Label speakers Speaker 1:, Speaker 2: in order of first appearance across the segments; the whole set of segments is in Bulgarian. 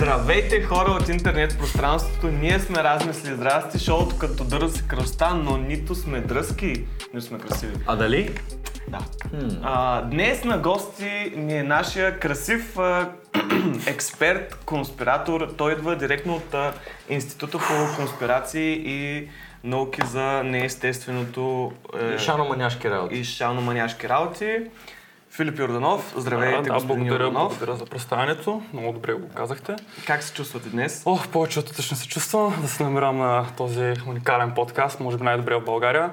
Speaker 1: Здравейте хора от интернет пространството, ние сме размисли здрасти, шоуто като дърз и кръста, но нито сме дръзки, нито сме красиви.
Speaker 2: А дали?
Speaker 1: Да. А, днес на гости ни е нашия красив а, експерт, конспиратор. Той идва директно от а, Института по конспирации и науки за неестественото е,
Speaker 2: Шано маняшки работи.
Speaker 1: и шаноманяшки работи. Филип Йорданов, здравейте,
Speaker 3: да,
Speaker 1: господин
Speaker 3: Е, благодаря,
Speaker 1: Йорданов.
Speaker 3: благодаря за представянето. Много добре го казахте.
Speaker 1: Как се чувствате днес?
Speaker 3: Ох, повече от отлично се чувствам да се намирам на този уникален подкаст, може би най-добре в България.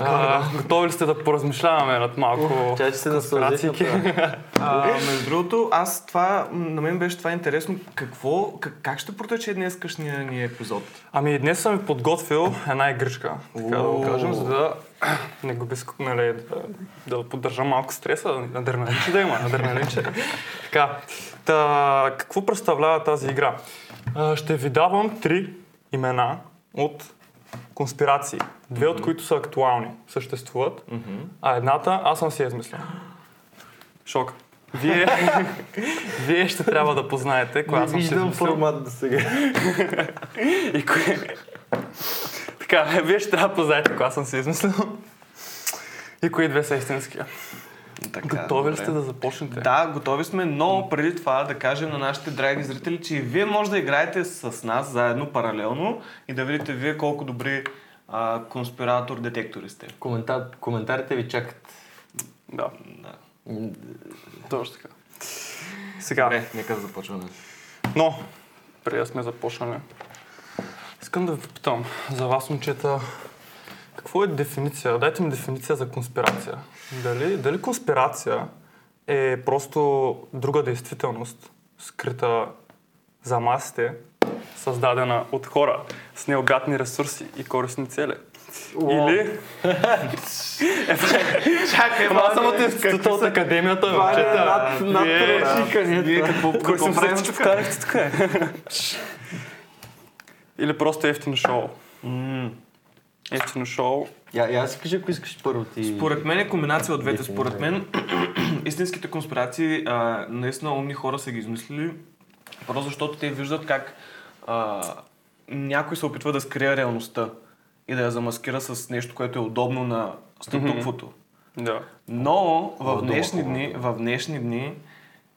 Speaker 3: А, готови ли сте да поразмишляваме над малко
Speaker 2: Тя ще се наслади.
Speaker 3: конспирациики?
Speaker 1: А, между другото, аз това, м, на мен беше това интересно. Какво, как, как ще протече днескашния ни епизод?
Speaker 3: Ами днес съм ви подготвил една игричка, така да го кажем,
Speaker 1: Уу.
Speaker 3: за да не губи, ск- нали, да, да поддържа малко стреса, адреналинче да има, адреналинче. така, та, какво представлява тази игра? А, ще ви давам три имена от конспирации, две от които са актуални, съществуват, а едната аз съм си я измислил. Шок. Вие, вие ще трябва да познаете коя
Speaker 2: Не
Speaker 3: аз съм си
Speaker 2: виждам
Speaker 3: измислил.
Speaker 2: формат до сега.
Speaker 3: И кое... така, вие ще трябва да познаете кога съм си измислил. И кои две са истински.
Speaker 1: Така,
Speaker 3: Готови ли
Speaker 1: добре.
Speaker 3: сте да започнете?
Speaker 1: Да, готови сме, но преди това да кажем на нашите драги зрители, че и вие може да играете с нас заедно, паралелно и да видите вие колко добри а, конспиратор детектори сте.
Speaker 2: Коментар- Коментарите ви чакат.
Speaker 3: Да,
Speaker 1: Да.
Speaker 3: точно така. Сега,
Speaker 2: Добре, нека започваме.
Speaker 3: но, преди да сме започнали, искам да ви попитам за вас, момчета, какво е дефиниция? Дайте ми дефиниция за конспирация. Дали, дали конспирация е просто друга действителност, скрита за масите, създадена от хора с необятни ресурси и корисни цели. Или...
Speaker 1: Чакай,
Speaker 3: Ама аз съм от института от е академията, момчета. Е, Вие-
Speaker 1: Вие какво,
Speaker 3: Кой
Speaker 1: какво
Speaker 3: съм
Speaker 1: правим
Speaker 3: се
Speaker 1: тук?
Speaker 3: вкарахте тук? е? Или просто ефтино шоу.
Speaker 1: М,
Speaker 3: Ефтино шоу.
Speaker 2: Я, я си кажи, ако искаш първо ти.
Speaker 1: Според мен е комбинация от двете. Според мен истинските конспирации, а, наистина умни хора са ги измислили, просто защото те виждат как а, някой се опитва да скрие реалността и да я замаскира с нещо, което е удобно на статуквото.
Speaker 3: Да.
Speaker 1: Но в
Speaker 2: Хубава дума,
Speaker 1: днешни
Speaker 2: хубава
Speaker 1: дни, в днешни дни,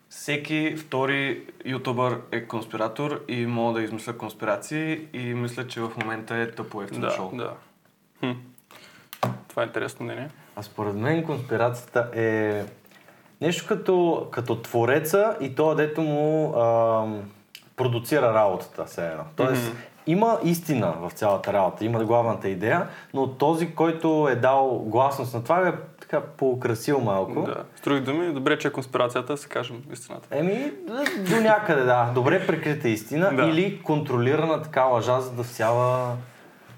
Speaker 1: всеки втори ютубър е конспиратор и мога да измисля конспирации и мисля, че в момента е тъпо ефтино
Speaker 3: Да,
Speaker 1: шоу.
Speaker 3: да. Хм. Това е интересно мнение.
Speaker 2: А според мен конспирацията е нещо като, като твореца и то, дето му ам, продуцира работата все едно. Тоест, има истина в цялата работа, има главната идея, но този, който е дал гласност на това, е така поукрасил малко.
Speaker 3: Да. С други думи, добре, че е конспирацията, да си кажем истината.
Speaker 2: Еми, до някъде, да. Добре прикрита истина
Speaker 3: Да.
Speaker 2: или контролирана така лъжа, за да всява...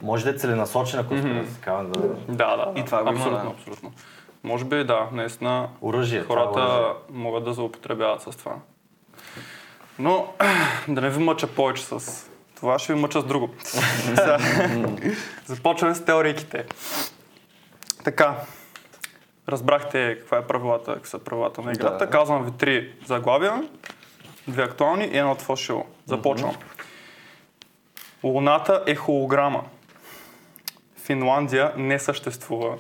Speaker 2: Може да е целенасочена конспирация, такава да...
Speaker 3: Да, да.
Speaker 1: И това го има,
Speaker 3: Абсолютно,
Speaker 1: да.
Speaker 3: абсолютно. Може би, да, наистина.
Speaker 2: Оръжие, е това
Speaker 3: Хората
Speaker 2: оръжие.
Speaker 3: могат да злоупотребяват с това. Но да не ви мъча повече с това, ще ви мъча с друго. Сега, Започваме с теориките. Така, разбрахте каква е правилата, какви са правилата на играта.
Speaker 2: Да.
Speaker 3: Казвам ви три заглавия, две актуални и едно от фалшиво. Започвам. Луната е холограма. Финландия не съществува.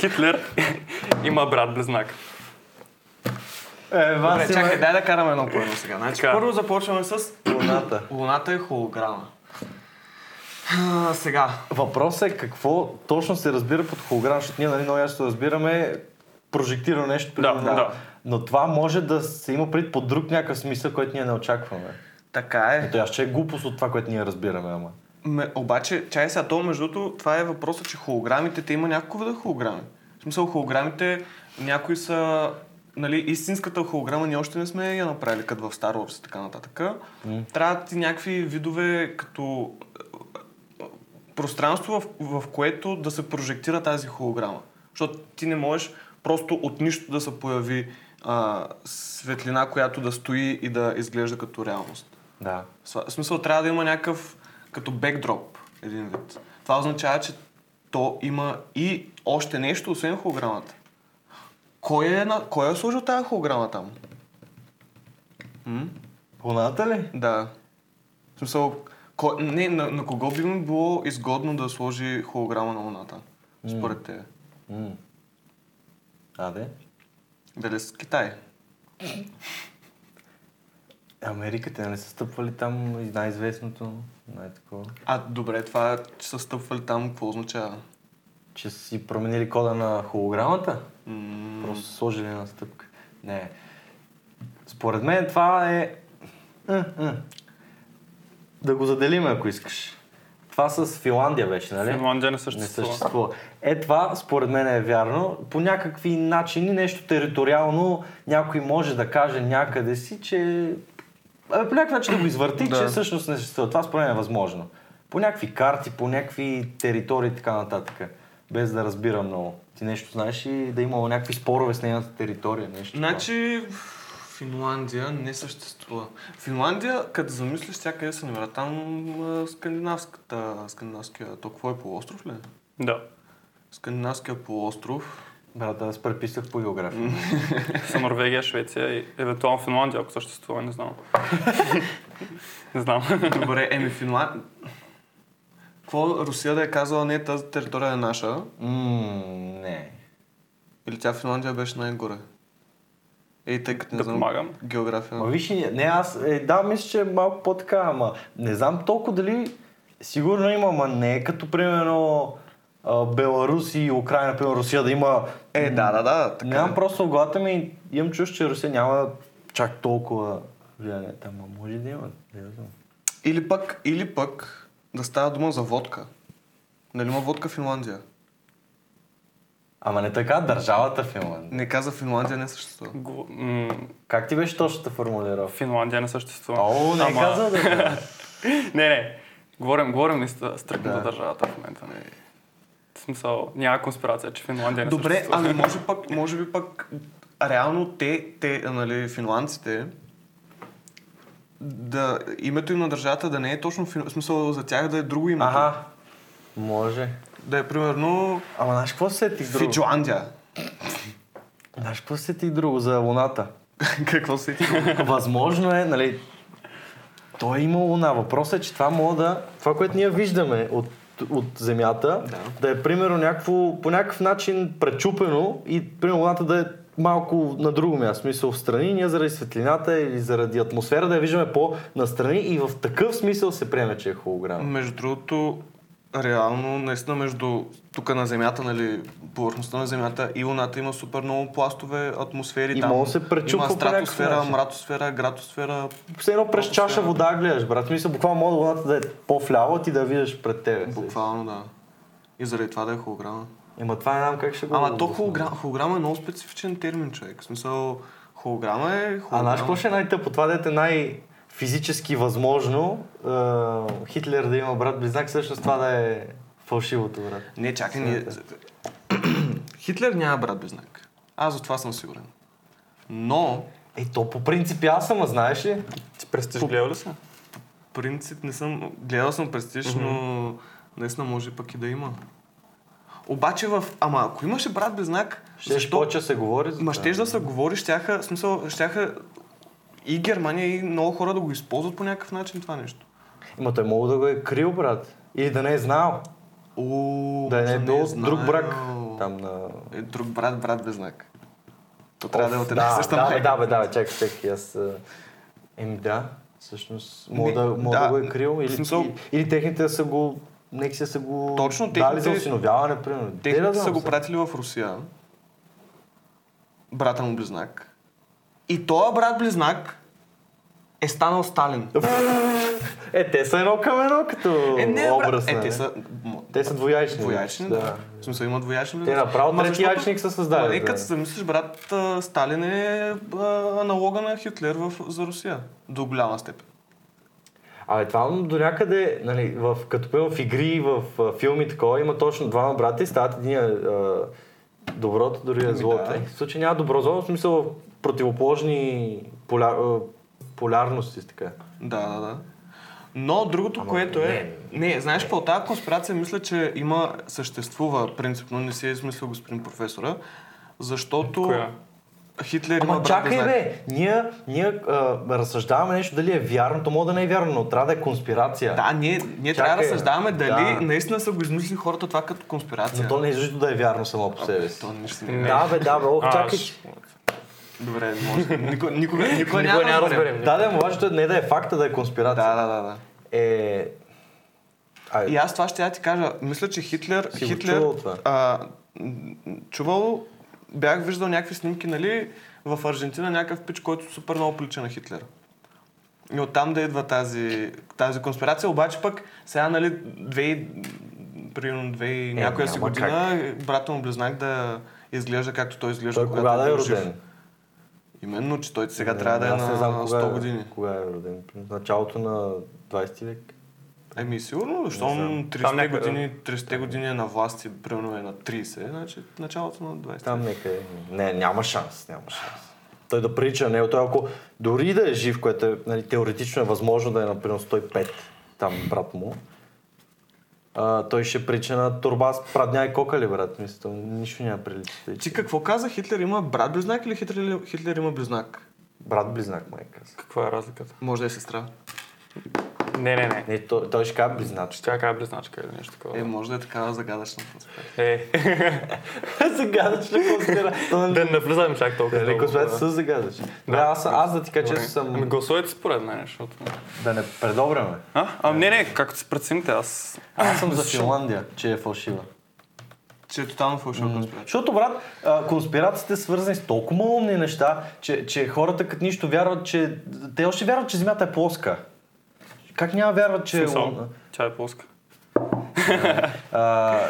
Speaker 3: Хитлер има брат близнак.
Speaker 2: Е,
Speaker 1: Добре,
Speaker 2: вас
Speaker 1: чакай, дай да караме едно по едно сега. Значи,
Speaker 3: Така.
Speaker 1: първо започваме с
Speaker 2: Луната.
Speaker 1: Луната е холограма. А, сега.
Speaker 2: Въпросът е какво точно се разбира под холограм, защото ние нали, много ясно разбираме прожектирано нещо.
Speaker 3: Да,
Speaker 2: примерно.
Speaker 3: да.
Speaker 2: Но това може да се има пред под друг някакъв смисъл, който ние не очакваме.
Speaker 1: Така е.
Speaker 2: Ето аз че е глупост от това, което ние разбираме, ама.
Speaker 1: Ме, обаче, чай сега, то между другото, това е въпросът, че холограмите, те има някакво вида холограми. В смисъл, холограмите, някои са, нали, истинската холограма, ние още не сме я направили, като в Star Wars и така нататък. Трябва ти някакви видове, като е, е, пространство, в, в което да се прожектира тази холограма. Защото ти не можеш просто от нищо да се появи а, светлина, която да стои и да изглежда като реалност.
Speaker 2: Да.
Speaker 1: Сва- В смисъл трябва да има някакъв като бекдроп един вид. Това означава, че то има и още нещо, освен холограмата. Кой е, на... Кой е сложил тази холограма там? М?
Speaker 2: Луната ли?
Speaker 1: Да. В смисъл, кой, не, на, на кого би му било изгодно да сложи холограма на Луната? Според тебе.
Speaker 2: М. А, де?
Speaker 1: Дали с Китай?
Speaker 2: Америка, те не нали, са стъпвали там и най-известното, най-такова.
Speaker 1: А, добре, това, че са стъпвали там, какво означава?
Speaker 2: Че са си променили кода на холограмата?
Speaker 1: М,
Speaker 2: Просто са сложили една стъпка. Не. Според мен това е... М, м. Да го заделим, ако искаш. Това с Финландия беше, нали?
Speaker 3: Финландия не
Speaker 2: не
Speaker 3: съществува.
Speaker 2: съществува. Е, това според мен е вярно. По някакви начини, нещо териториално, някой може да каже някъде си, че... Абе, по някакъв начин да го извърти,
Speaker 1: Да.
Speaker 2: че всъщност не съществува. Това според мен е възможно. По някакви карти, по някакви територии и така нататък. Без да разбирам много. Ти нещо знаеш и да е имало някакви спорове с нейната територия, нещо.
Speaker 1: Значи, Финландия не съществува. Финландия, като замислиш, тя къде се намира? Там а, скандинавската, скандинавския, то какво е полуостров ли?
Speaker 3: Да,
Speaker 1: Скандинавския полуостров.
Speaker 2: такова. Брат, аз преписах по география.
Speaker 3: са Норвегия, Швеция и евентуално Финландия, ако съществува, не знам. не знам.
Speaker 1: Добре, еми Финландия... Какво Русия да е казала, не, тази територия е наша?
Speaker 2: Ммм, не.
Speaker 1: Или тя Финландия беше най-горе? Ей, тъй като не
Speaker 3: Да
Speaker 1: знам
Speaker 3: помагам.
Speaker 1: география.
Speaker 2: Ма виж, и- не аз, е, да, мисля, че е малко по-така, ама не знам толкова дали сигурно има, ама не е като примерно а, Беларус и Украина, например, Русия да има...
Speaker 1: Е, да, да, да. Така.
Speaker 2: Нямам
Speaker 1: е.
Speaker 2: просто в главата ми, имам чуш, че Русия няма чак толкова влияние там, а може да има, не знам.
Speaker 1: Или пък, или пък да става дума за водка. Нали има водка в Финландия?
Speaker 2: Ама не така, държавата Финландия.
Speaker 1: Не каза Финландия не съществува.
Speaker 3: Гу- м,
Speaker 2: Как ти беше точната формулировка?
Speaker 3: Финландия не съществува.
Speaker 2: О, не
Speaker 3: Ама-
Speaker 2: каза да.
Speaker 3: Не, не. Говорим, говорим и стръкна
Speaker 2: Да.
Speaker 3: да. държавата в момента. Не. В смисъл, няма конспирация, че Финландия не
Speaker 1: Добре,
Speaker 3: съществува.
Speaker 1: ами може пък, може би пък, реално те, те, нали, финландците, да, името им на държавата да не е точно, фин... в смисъл за тях да е друго името.
Speaker 2: Аха, може.
Speaker 1: Да е примерно
Speaker 2: Ама знаеш какво се сетих друго?
Speaker 1: Фиджуандия.
Speaker 2: Знаеш какво се сетих друго за Луната?
Speaker 1: Какво си ти?
Speaker 2: Възможно е, нали, той е имал луна. Въпросът е, че това мога да... Това, което ние виждаме от, от Земята, да. да е примерно някакво, по някакъв начин пречупено и примерно луната да е малко на друго място, в смисъл в страни, ние заради светлината или заради атмосфера да я виждаме по-настрани и в такъв смисъл се приеме, че е холограма.
Speaker 1: Между другото, реално, наистина между тук на Земята, нали, повърхността на Земята и Луната има супер много пластове, атмосфери.
Speaker 2: И
Speaker 1: там
Speaker 2: може да се пречупва
Speaker 1: Има
Speaker 2: по някакъв
Speaker 1: стратосфера,
Speaker 2: начин.
Speaker 1: мратосфера, гратосфера.
Speaker 2: Все едно през чаша вода гледаш, брат. В Смисъл, буквално мога луната да е по-вляво, ти да я виждаш пред тебе.
Speaker 1: Буквално, да. И заради това да е холограма.
Speaker 2: Ема това не знам как ще го...
Speaker 1: Ама то
Speaker 2: обясня.
Speaker 1: холограма, холограма е много специфичен термин, човек. В смисъл, холограма е
Speaker 2: А
Speaker 1: холограма.
Speaker 2: знаеш какво ще е най-тъпо? Това дете най- физически възможно е, Хитлер да има брат близнак, всъщност това да е фалшивото брат.
Speaker 1: Не, чакай, ние...
Speaker 2: е
Speaker 1: Хитлер няма брат без знак. Аз за това съм сигурен. Но,
Speaker 2: Е, то по принцип и аз съм, а знаеш ли?
Speaker 3: Ти престиж гледал ли се?
Speaker 1: принцип не съм... Гледал съм престиж, но наистина може пък и да има. Обаче в... Ама ако имаше брат без знак,
Speaker 2: Ще почва се говори за
Speaker 1: Ма
Speaker 2: това.
Speaker 1: щеш да се говори, щяха, в смисъл, щяха и Германия, и много хора да го използват по някакъв начин това нещо.
Speaker 2: Ма той мога да го е крил брат. Или да не е знал.
Speaker 1: О,
Speaker 2: Да не е
Speaker 1: за
Speaker 2: бил
Speaker 1: знаел.
Speaker 2: друг брак. Там на...
Speaker 1: Е, друг брат, брат без знак. То трябва да е
Speaker 2: Оф,
Speaker 1: от една и съща
Speaker 2: да,
Speaker 1: майка.
Speaker 2: Да, бе, да, бе, чакай, чакай, аз... е, Еми да, всъщност мога,
Speaker 1: Не,
Speaker 2: да, мога да,
Speaker 1: да,
Speaker 2: го е крил. Или,
Speaker 1: в смисъл-
Speaker 2: и- или техните са го... Нека си са го
Speaker 1: Точно,
Speaker 2: дали за
Speaker 1: техните-
Speaker 2: осиновяване, примерно. Те да
Speaker 1: Техните
Speaker 2: знам
Speaker 1: са го
Speaker 2: сега.
Speaker 1: пратили в Русия. Брата му близнак. И този брат близнак е станал Сталин.
Speaker 2: Е, те са едно към едно като
Speaker 1: Е, не,
Speaker 2: образ.
Speaker 1: брат. Е,
Speaker 2: нали?
Speaker 1: те са... м-
Speaker 2: те са двоячни.
Speaker 1: Двоячни, да. В смисъл има двоячни
Speaker 2: Те направо
Speaker 1: Ма защото-
Speaker 2: третиячник са създали,
Speaker 1: Ма не,
Speaker 2: да.
Speaker 1: като се замислиш, брат а, Сталин е а, аналога на Хитлер в, за Русия. До голяма степен.
Speaker 2: Абе, това до някъде, нали, в, като пълно в игри, в, а, филми, такова, има точно двама брати, стават един е, а, доброто, дори е злото.
Speaker 1: Ами да.
Speaker 2: Е, В случай няма добро зло, в смисъл в противоположни поля, а, полярности, така.
Speaker 1: Да, да, да. Но другото,
Speaker 2: Ама,
Speaker 1: което е... Не, знаеш какво? Тази конспирация мисля, че има, съществува принципно, не си е измислил господин професора, защото...
Speaker 3: Коя?
Speaker 1: Хитлер има
Speaker 2: Ама
Speaker 1: брат
Speaker 2: чакай
Speaker 1: да знае.
Speaker 2: бе, ние, ние а, разсъждаваме нещо дали е вярно, то мога да не е вярно, но трябва да е конспирация.
Speaker 1: Да, ние, ние
Speaker 2: Чакай,
Speaker 1: трябва да разсъждаваме
Speaker 2: да.
Speaker 1: дали наистина са го измислили хората това като конспирация.
Speaker 2: Но то не е защото да е вярно само по себе си.
Speaker 1: То нищо не
Speaker 3: Не.
Speaker 1: е.
Speaker 2: Да, бе, да, бе, ох,
Speaker 3: А,
Speaker 2: чакай.
Speaker 3: ш-
Speaker 1: Добре, може. Никога, никога, никога
Speaker 3: Никога
Speaker 1: няма да
Speaker 3: няма да
Speaker 1: разберем.
Speaker 3: разберем.
Speaker 2: Да, да, но важното е не да е факта, да е конспирация.
Speaker 1: Да, да, да, да.
Speaker 2: Е... Айде.
Speaker 1: И аз това ще я ти кажа. Мисля, че Хитлер...
Speaker 2: Си го
Speaker 1: Хитлер
Speaker 2: чувал това?
Speaker 1: А, м, чувал, бях виждал някакви снимки, нали, в Аржентина някакъв пич, който супер много прилича на Хитлер. И оттам да идва тази, тази конспирация, обаче пък сега, нали, две, и- примерно две и някоя си
Speaker 2: Е, няма
Speaker 1: година, брата му близнак да изглежда както той изглежда,
Speaker 2: Той кога да е
Speaker 1: бил жив.
Speaker 2: роден?
Speaker 1: Именно, че той сега
Speaker 2: Не,
Speaker 1: трябва да е
Speaker 2: аз не
Speaker 1: на
Speaker 2: знам
Speaker 1: 100
Speaker 2: кога е-
Speaker 1: години.
Speaker 2: Кога е роден? В началото на 20 век.
Speaker 1: Еми сигурно,
Speaker 2: знам.
Speaker 1: щом
Speaker 3: Там
Speaker 1: 30-те
Speaker 3: някъде.
Speaker 1: години, 30-те години е на власт и примерно е на 30, значи началото на 20.
Speaker 2: Там нека е. Не, няма шанс, няма шанс. Той да прилича на него, той ако дори да е жив, което е, нали, теоретично е възможно да е например 105, там брат му, а, той ще прилича на турба с прадня и кокали, брат. Мисля, там нищо няма прилича.
Speaker 1: Ти какво каза? Хитлер има брат близнак или Хитлер, Хитлер има близнак?
Speaker 2: Брат близнак, майка.
Speaker 3: Каква е разликата?
Speaker 1: Може да е сестра.
Speaker 3: Не, не, не.
Speaker 2: Не, той, той ще казва близнак.
Speaker 3: Ще тя кажа близначка или нещо такова.
Speaker 1: Е, може да е такава загадъчна конспирация.
Speaker 3: Е,
Speaker 2: Сега ще го Нали, спира.
Speaker 3: да не навлизаме чак толкова.
Speaker 2: Не,
Speaker 3: дълго,
Speaker 2: космет
Speaker 3: да.
Speaker 2: със загадаш. Да, аз, аз да ти кажа, Е, че
Speaker 3: Добре. Ами
Speaker 2: съм...
Speaker 3: гласувайте според мен, защото...
Speaker 2: Да не предобряме.
Speaker 3: А?
Speaker 2: Е.
Speaker 3: а не, не, както си прецените, аз...
Speaker 2: Аз съм за Финландия, че е фалшива.
Speaker 1: Че е тотално фалшива конспирация.
Speaker 2: Защото, брат, а, конспирациите са свързани с толкова умни неща, че, че хората като нищо вярват, че... Те още вярват, че Земята е плоска. Как няма вярват, че...
Speaker 3: Смисъл, тя е плоска.
Speaker 2: А,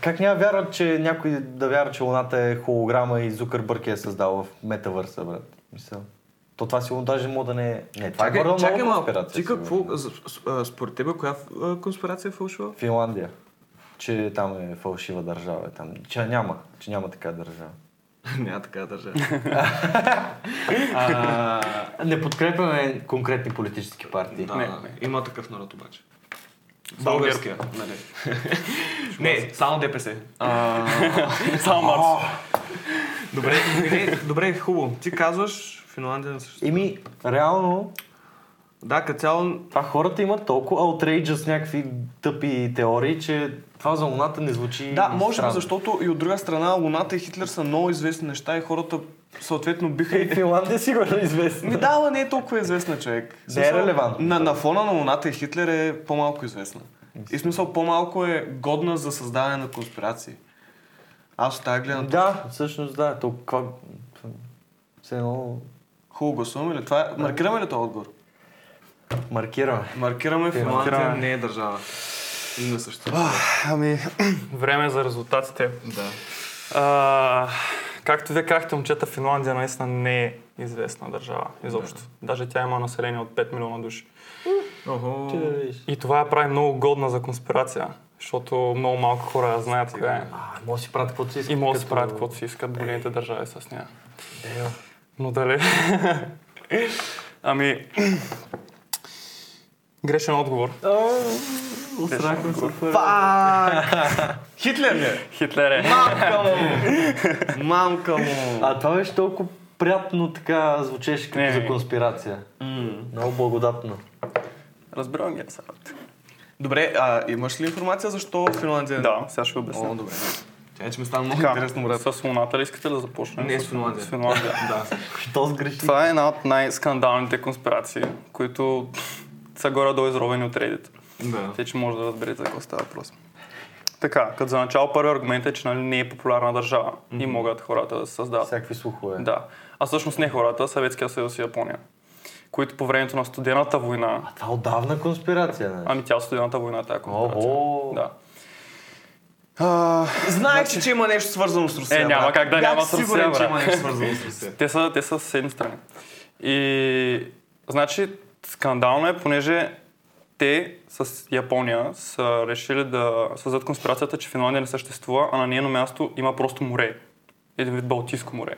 Speaker 2: как няма вярват, че някой да вярва, че Луната е холограма и Зукърбърг я е създал в метавърса, брат? Мисъл. То това сигурно даже мога да не е... Не, това е горе много конспирация.
Speaker 1: ти
Speaker 2: сигурно.
Speaker 1: какво, за- с- а, според тебе, коя а, конспирация е фалшива?
Speaker 2: Финландия. Че там е фалшива държава. е Там. Че няма. Че няма така държава.
Speaker 1: Няма така държава. А,
Speaker 2: Не подкрепяме конкретни политически партии.
Speaker 1: Да,
Speaker 3: Не,
Speaker 1: да,
Speaker 3: не.
Speaker 1: има такъв народ обаче.
Speaker 3: Само
Speaker 1: Българския, нали? не, само ДПС. А,
Speaker 3: Само Марс.
Speaker 1: добре, не, добре, хубаво. Ти казваш, Финландия не също.
Speaker 2: Еми, реално,
Speaker 1: Да, като цяло,
Speaker 2: това хората имат толкова outrageous някакви тъпи теории, че това за Луната не звучи
Speaker 1: да, може би
Speaker 2: странно.
Speaker 1: защото и от друга страна Луната и Хитлер са много известни неща и хората съответно биха
Speaker 2: И
Speaker 1: и...
Speaker 2: Финландия сигурно е
Speaker 1: Ми
Speaker 2: известна.
Speaker 1: да, ама не е толкова известна човек. В
Speaker 2: Не е
Speaker 1: смисъл,
Speaker 2: релевантно.
Speaker 1: На, на фона на Луната и Хитлер е по-малко известна. И в смисъл по-малко е годна за създаване на конспирации. Аз от тази гледна
Speaker 2: Да, всъщност да, толкова... Все едно
Speaker 1: Хубаво гласуваме ли? Това е... Маркираме ли този отговор?
Speaker 2: маркираме.
Speaker 1: Маркираме
Speaker 2: Финландия
Speaker 1: Финландия не е държава. Не също.
Speaker 2: Ами...
Speaker 3: Време за резултатите.
Speaker 1: Да.
Speaker 3: А, както вие казахте, момчета, Финландия наистина не е известна държава изобщо. Даже тя има население от 5 милиона души.
Speaker 1: Охо.
Speaker 3: И това я прави много годна за конспирация, защото много малко хора я знаят коя е.
Speaker 2: А, може да си правят каквото си искат.
Speaker 3: И могат да си
Speaker 2: като-
Speaker 3: правят каквото си искат големите държави с нея.
Speaker 2: Е,
Speaker 3: Но дали? ами... Грешен отговор.
Speaker 2: Усрахме се
Speaker 1: Хитлер ли? е?
Speaker 3: Хитлер е.
Speaker 1: Мамка му! Мамка му!
Speaker 2: А това беше толкова приятно така звучеше като
Speaker 3: Не,
Speaker 2: за
Speaker 3: не.
Speaker 2: конспирация. Много благодатно.
Speaker 3: Разбирам ги.
Speaker 1: Добре, а имаш ли информация защо Финландия? е-
Speaker 3: Да, сега ще ви
Speaker 1: О,
Speaker 3: обясня.
Speaker 1: добре. Тя че ми стана много
Speaker 3: Така,
Speaker 1: интересно, брат.
Speaker 3: С луната ли искате да започнем?
Speaker 1: Не, с Финландия.
Speaker 3: С Финландия.
Speaker 1: Да.
Speaker 2: Що сгреши?
Speaker 3: Това е една от най-скандалните конспирации, които са горе-долу изровени от Reddit.
Speaker 1: Да.
Speaker 3: Те, че може да разберете за какво става въпрос. Така, като за начало първи аргумент е, че нали, не е популярна държава и могат хората да се създават.
Speaker 2: Всякакви слухове.
Speaker 3: Да. А всъщност не хората, Съветския съюз и Япония, които по времето на студената война
Speaker 2: А това е отдавна конспирация, не?
Speaker 3: Ами тя от студената война, тая конспирация.
Speaker 2: Ого!
Speaker 3: Да.
Speaker 1: Знаех, че, че има нещо свързано с Русия.
Speaker 3: Е, няма
Speaker 1: брат.
Speaker 3: как да
Speaker 1: Значи-
Speaker 3: няма
Speaker 1: Бях
Speaker 3: с Русия,
Speaker 1: Сигурен, че
Speaker 3: брат. Е,
Speaker 1: има нещо свързано с Русия.
Speaker 3: Те са, те са съседни страни. И, значи, скандално е, понеже те с Япония са решили да създадат конспирацията, че Финландия не съществува, а на нейно място има просто море. Един вид Балтийско море.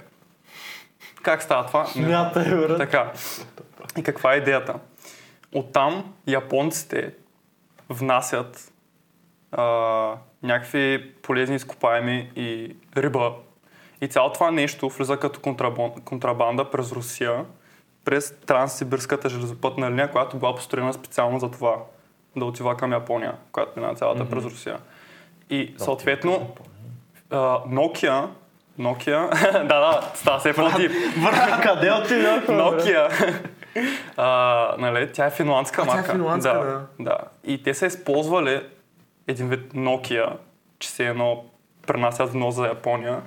Speaker 3: Как става това? Не
Speaker 2: Мята е, брат.
Speaker 3: Така. И каква е идеята? Оттам японците внасят а, някакви полезни изкопаеми и риба И цялото това нещо влиза като контрабон- контрабанда през Русия, през Транссибирската железопътна линия, която била построена специално за това, да отива към Япония, която мина цялата през Русия. И съответно, а, Nokia, Nokia, да, да, става се против.
Speaker 2: Върха, къде е отида?
Speaker 3: Nokia. а, нали, тя е
Speaker 1: тя
Speaker 3: финландска
Speaker 1: е
Speaker 3: марка.
Speaker 1: финландска,
Speaker 3: да, да. И те са използвали един вид Nokia, че се едно пренасят внос за Япония,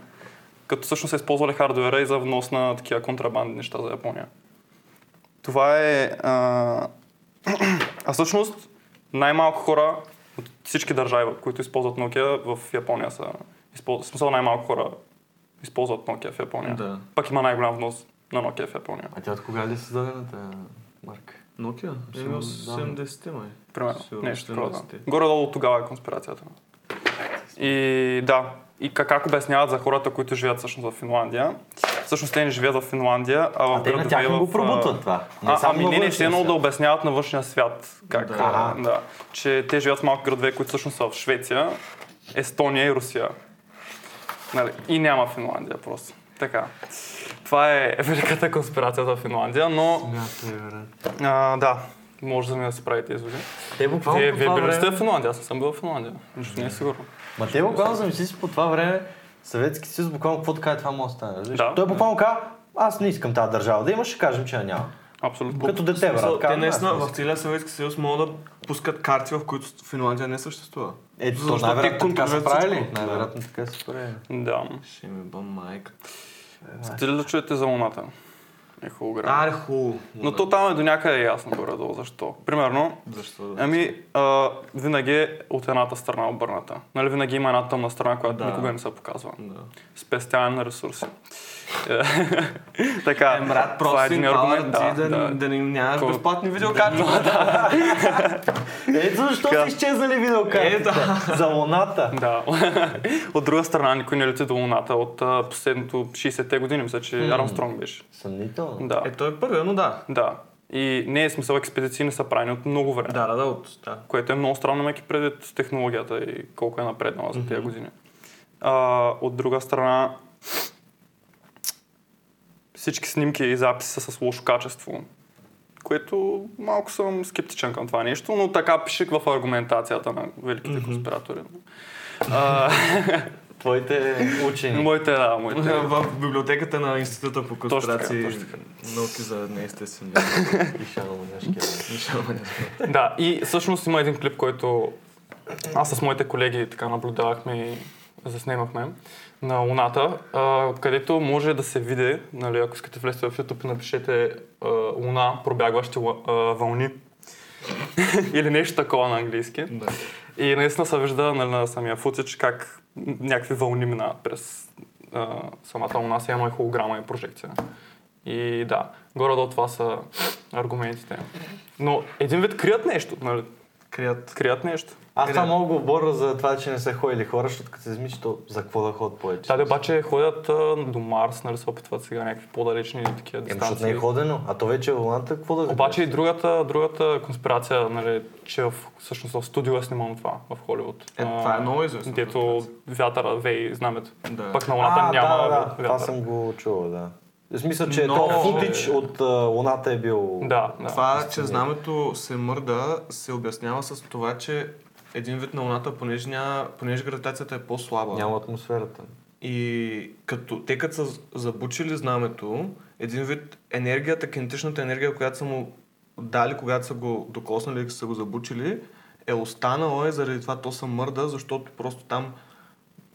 Speaker 3: като всъщност са използвали хардуера и за внос на такива контрабандни неща за Япония. Това е... А, а всъщност най-малко хора от всички държави, които използват Nokia в Япония са... Използват, в смисъл най-малко хора използват Nokia в Япония.
Speaker 1: Да.
Speaker 3: Пак има най-голям внос на Nokia в Япония.
Speaker 2: А тя от кога ли е създадената марка?
Speaker 1: Nokia?
Speaker 2: Еми, от
Speaker 1: 70-те, май.
Speaker 3: Примерно.
Speaker 1: Сигурно,
Speaker 3: нещо такова. Да.
Speaker 1: 70-те.
Speaker 3: Горе-долу от тогава е конспирацията. И да, и как, как обясняват за хората, които живеят всъщност в Финландия. Всъщност те не живеят в Финландия, а в
Speaker 2: А те на
Speaker 3: градове
Speaker 2: тях
Speaker 3: и
Speaker 2: им
Speaker 3: в,
Speaker 2: го пробутват
Speaker 3: а,
Speaker 2: това.
Speaker 3: А,
Speaker 2: само
Speaker 3: ами
Speaker 2: на
Speaker 3: не, не,
Speaker 2: външния
Speaker 3: ще едно
Speaker 2: свят.
Speaker 3: да обясняват на външния свят как.
Speaker 1: Да.
Speaker 3: Да. да. Че те живеят в малки градове, които всъщност са в Швеция, Естония и Русия. Нали? И няма Финландия просто. Така. Това е великата конспирация за Финландия, но
Speaker 2: Смятай, брат.
Speaker 3: а, да, може да ми да си правите изводи.
Speaker 2: Те буквално
Speaker 3: Вие,
Speaker 2: по
Speaker 3: вие
Speaker 2: това
Speaker 3: били ли сте в
Speaker 2: време...
Speaker 3: Финландия? Аз не съм бил в Финландия. Нищо не е сигурно.
Speaker 2: Ма те буквално замисли си по това време Съветски съюз буквално какво така е това може да стане. разбираш?
Speaker 3: Да.
Speaker 2: Той буквално каза, аз не искам тази държава да има, ще кажем, че я няма.
Speaker 3: Абсолютно.
Speaker 2: Като дете,
Speaker 1: Смисъл,
Speaker 2: брат.
Speaker 1: Те
Speaker 2: каза,
Speaker 1: наистина
Speaker 2: аз не
Speaker 1: в целия Съветски съюз могат да пускат карти, в които Финландия не съществува.
Speaker 2: Ето,
Speaker 1: Защото те
Speaker 2: то най-вероятно така са
Speaker 1: контролират
Speaker 2: правили.
Speaker 1: всичко.
Speaker 2: Най-вероятно така са правили.
Speaker 3: Да.
Speaker 1: Ще ми бъм майка.
Speaker 3: Сте ли да чуете за луната? Е хубаво грам.
Speaker 1: Аре, хубаво.
Speaker 3: Но то там е до някъде ясно горе-долу защо. Примерно,
Speaker 1: Защо? да?
Speaker 3: ами, а, винаги е от едната страна обърната. Нали, винаги има една тъмна страна, която
Speaker 1: Да.
Speaker 3: никога не се показва.
Speaker 1: Да.
Speaker 3: Спестяване на ресурси. Е, така,
Speaker 1: Е, брат,
Speaker 3: това е
Speaker 1: просто
Speaker 3: един
Speaker 1: им
Speaker 3: аргумент.
Speaker 1: аргумент,
Speaker 3: Да,
Speaker 1: да, да, да, ни нямаш
Speaker 3: Кол-
Speaker 1: безплатни видеокарти.
Speaker 2: Ето защо са изчезнали видеокартите. За луната.
Speaker 3: Да. от друга страна, никой не лети до Луната от а, последното 60-те години, мисля, че Армстронг беше.
Speaker 2: Съмнително.
Speaker 3: Да.
Speaker 1: Е, той е първия, но да.
Speaker 3: Да. И не е смисъл, експедиции не са правени от много време.
Speaker 1: Да, да, да, от... Да.
Speaker 3: Което е много странно, меки предвид технологията и колко е напреднала за тези години. А, от друга страна, всички снимки и записи са с лошо качество, което малко съм скептичен към това нещо, но така пише в аргументацията на великите конспиратори. А,
Speaker 2: Твоите учени.
Speaker 3: моите, да, моите.
Speaker 1: В библиотеката на Института по
Speaker 3: така,
Speaker 1: конспирации
Speaker 3: точно
Speaker 1: науки за неестествени.
Speaker 2: И Шано Луняшки.
Speaker 3: Да, и всъщност има един клип, който аз с моите колеги така наблюдавахме и заснемахме на Луната, а, където може да се види, нали, ако искате влезте в YouTube и напишете а, Луна, пробягващи лъ- а, вълни или нещо такова на английски. И наистина се вижда нали, на самия футич как някакви вълни минават през а, самата луна, се едно е холограма и прожекция. И да, горе-долу това са аргументите. Но един вид крият нещо, нали?
Speaker 1: Крият.
Speaker 3: Крият нещо.
Speaker 2: Аз това
Speaker 1: Къде?
Speaker 2: мога го боря за това, че не са ходили хора, защото като се измисли, то за какво да ходят повече?
Speaker 3: Тали обаче ходят а, до Марс, нали се опитват сега някакви по-далечни такива
Speaker 2: Ем, защото не
Speaker 3: дистанции.
Speaker 2: е ходено, а то вече е луната, какво да го
Speaker 3: обаче и
Speaker 2: гледаш?
Speaker 3: другата, другата конспирация, нали, че в, всъщност в студио е снимано това в Холивуд.
Speaker 1: Е, това е много известно.
Speaker 3: Дето вятъра, вей, знамето.
Speaker 1: Да.
Speaker 3: Пък на луната
Speaker 2: а,
Speaker 3: няма
Speaker 2: да, да,
Speaker 3: вятър.
Speaker 2: да, това съм го чувал, да. В смисъл, че
Speaker 1: Но-
Speaker 2: то футич от а, луната е бил...
Speaker 3: Да, да.
Speaker 1: Това, че знамето се мърда, се обяснява с това, че един вид на Луната, понеже, няма, понеже гравитацията е по-слаба.
Speaker 2: Няма атмосферата.
Speaker 1: И като те като са з- забучили знамето, един вид енергията, кинетичната енергия, която са му дали, когато са го докоснали и са го забучили, е останала и заради това то се мърда, защото просто там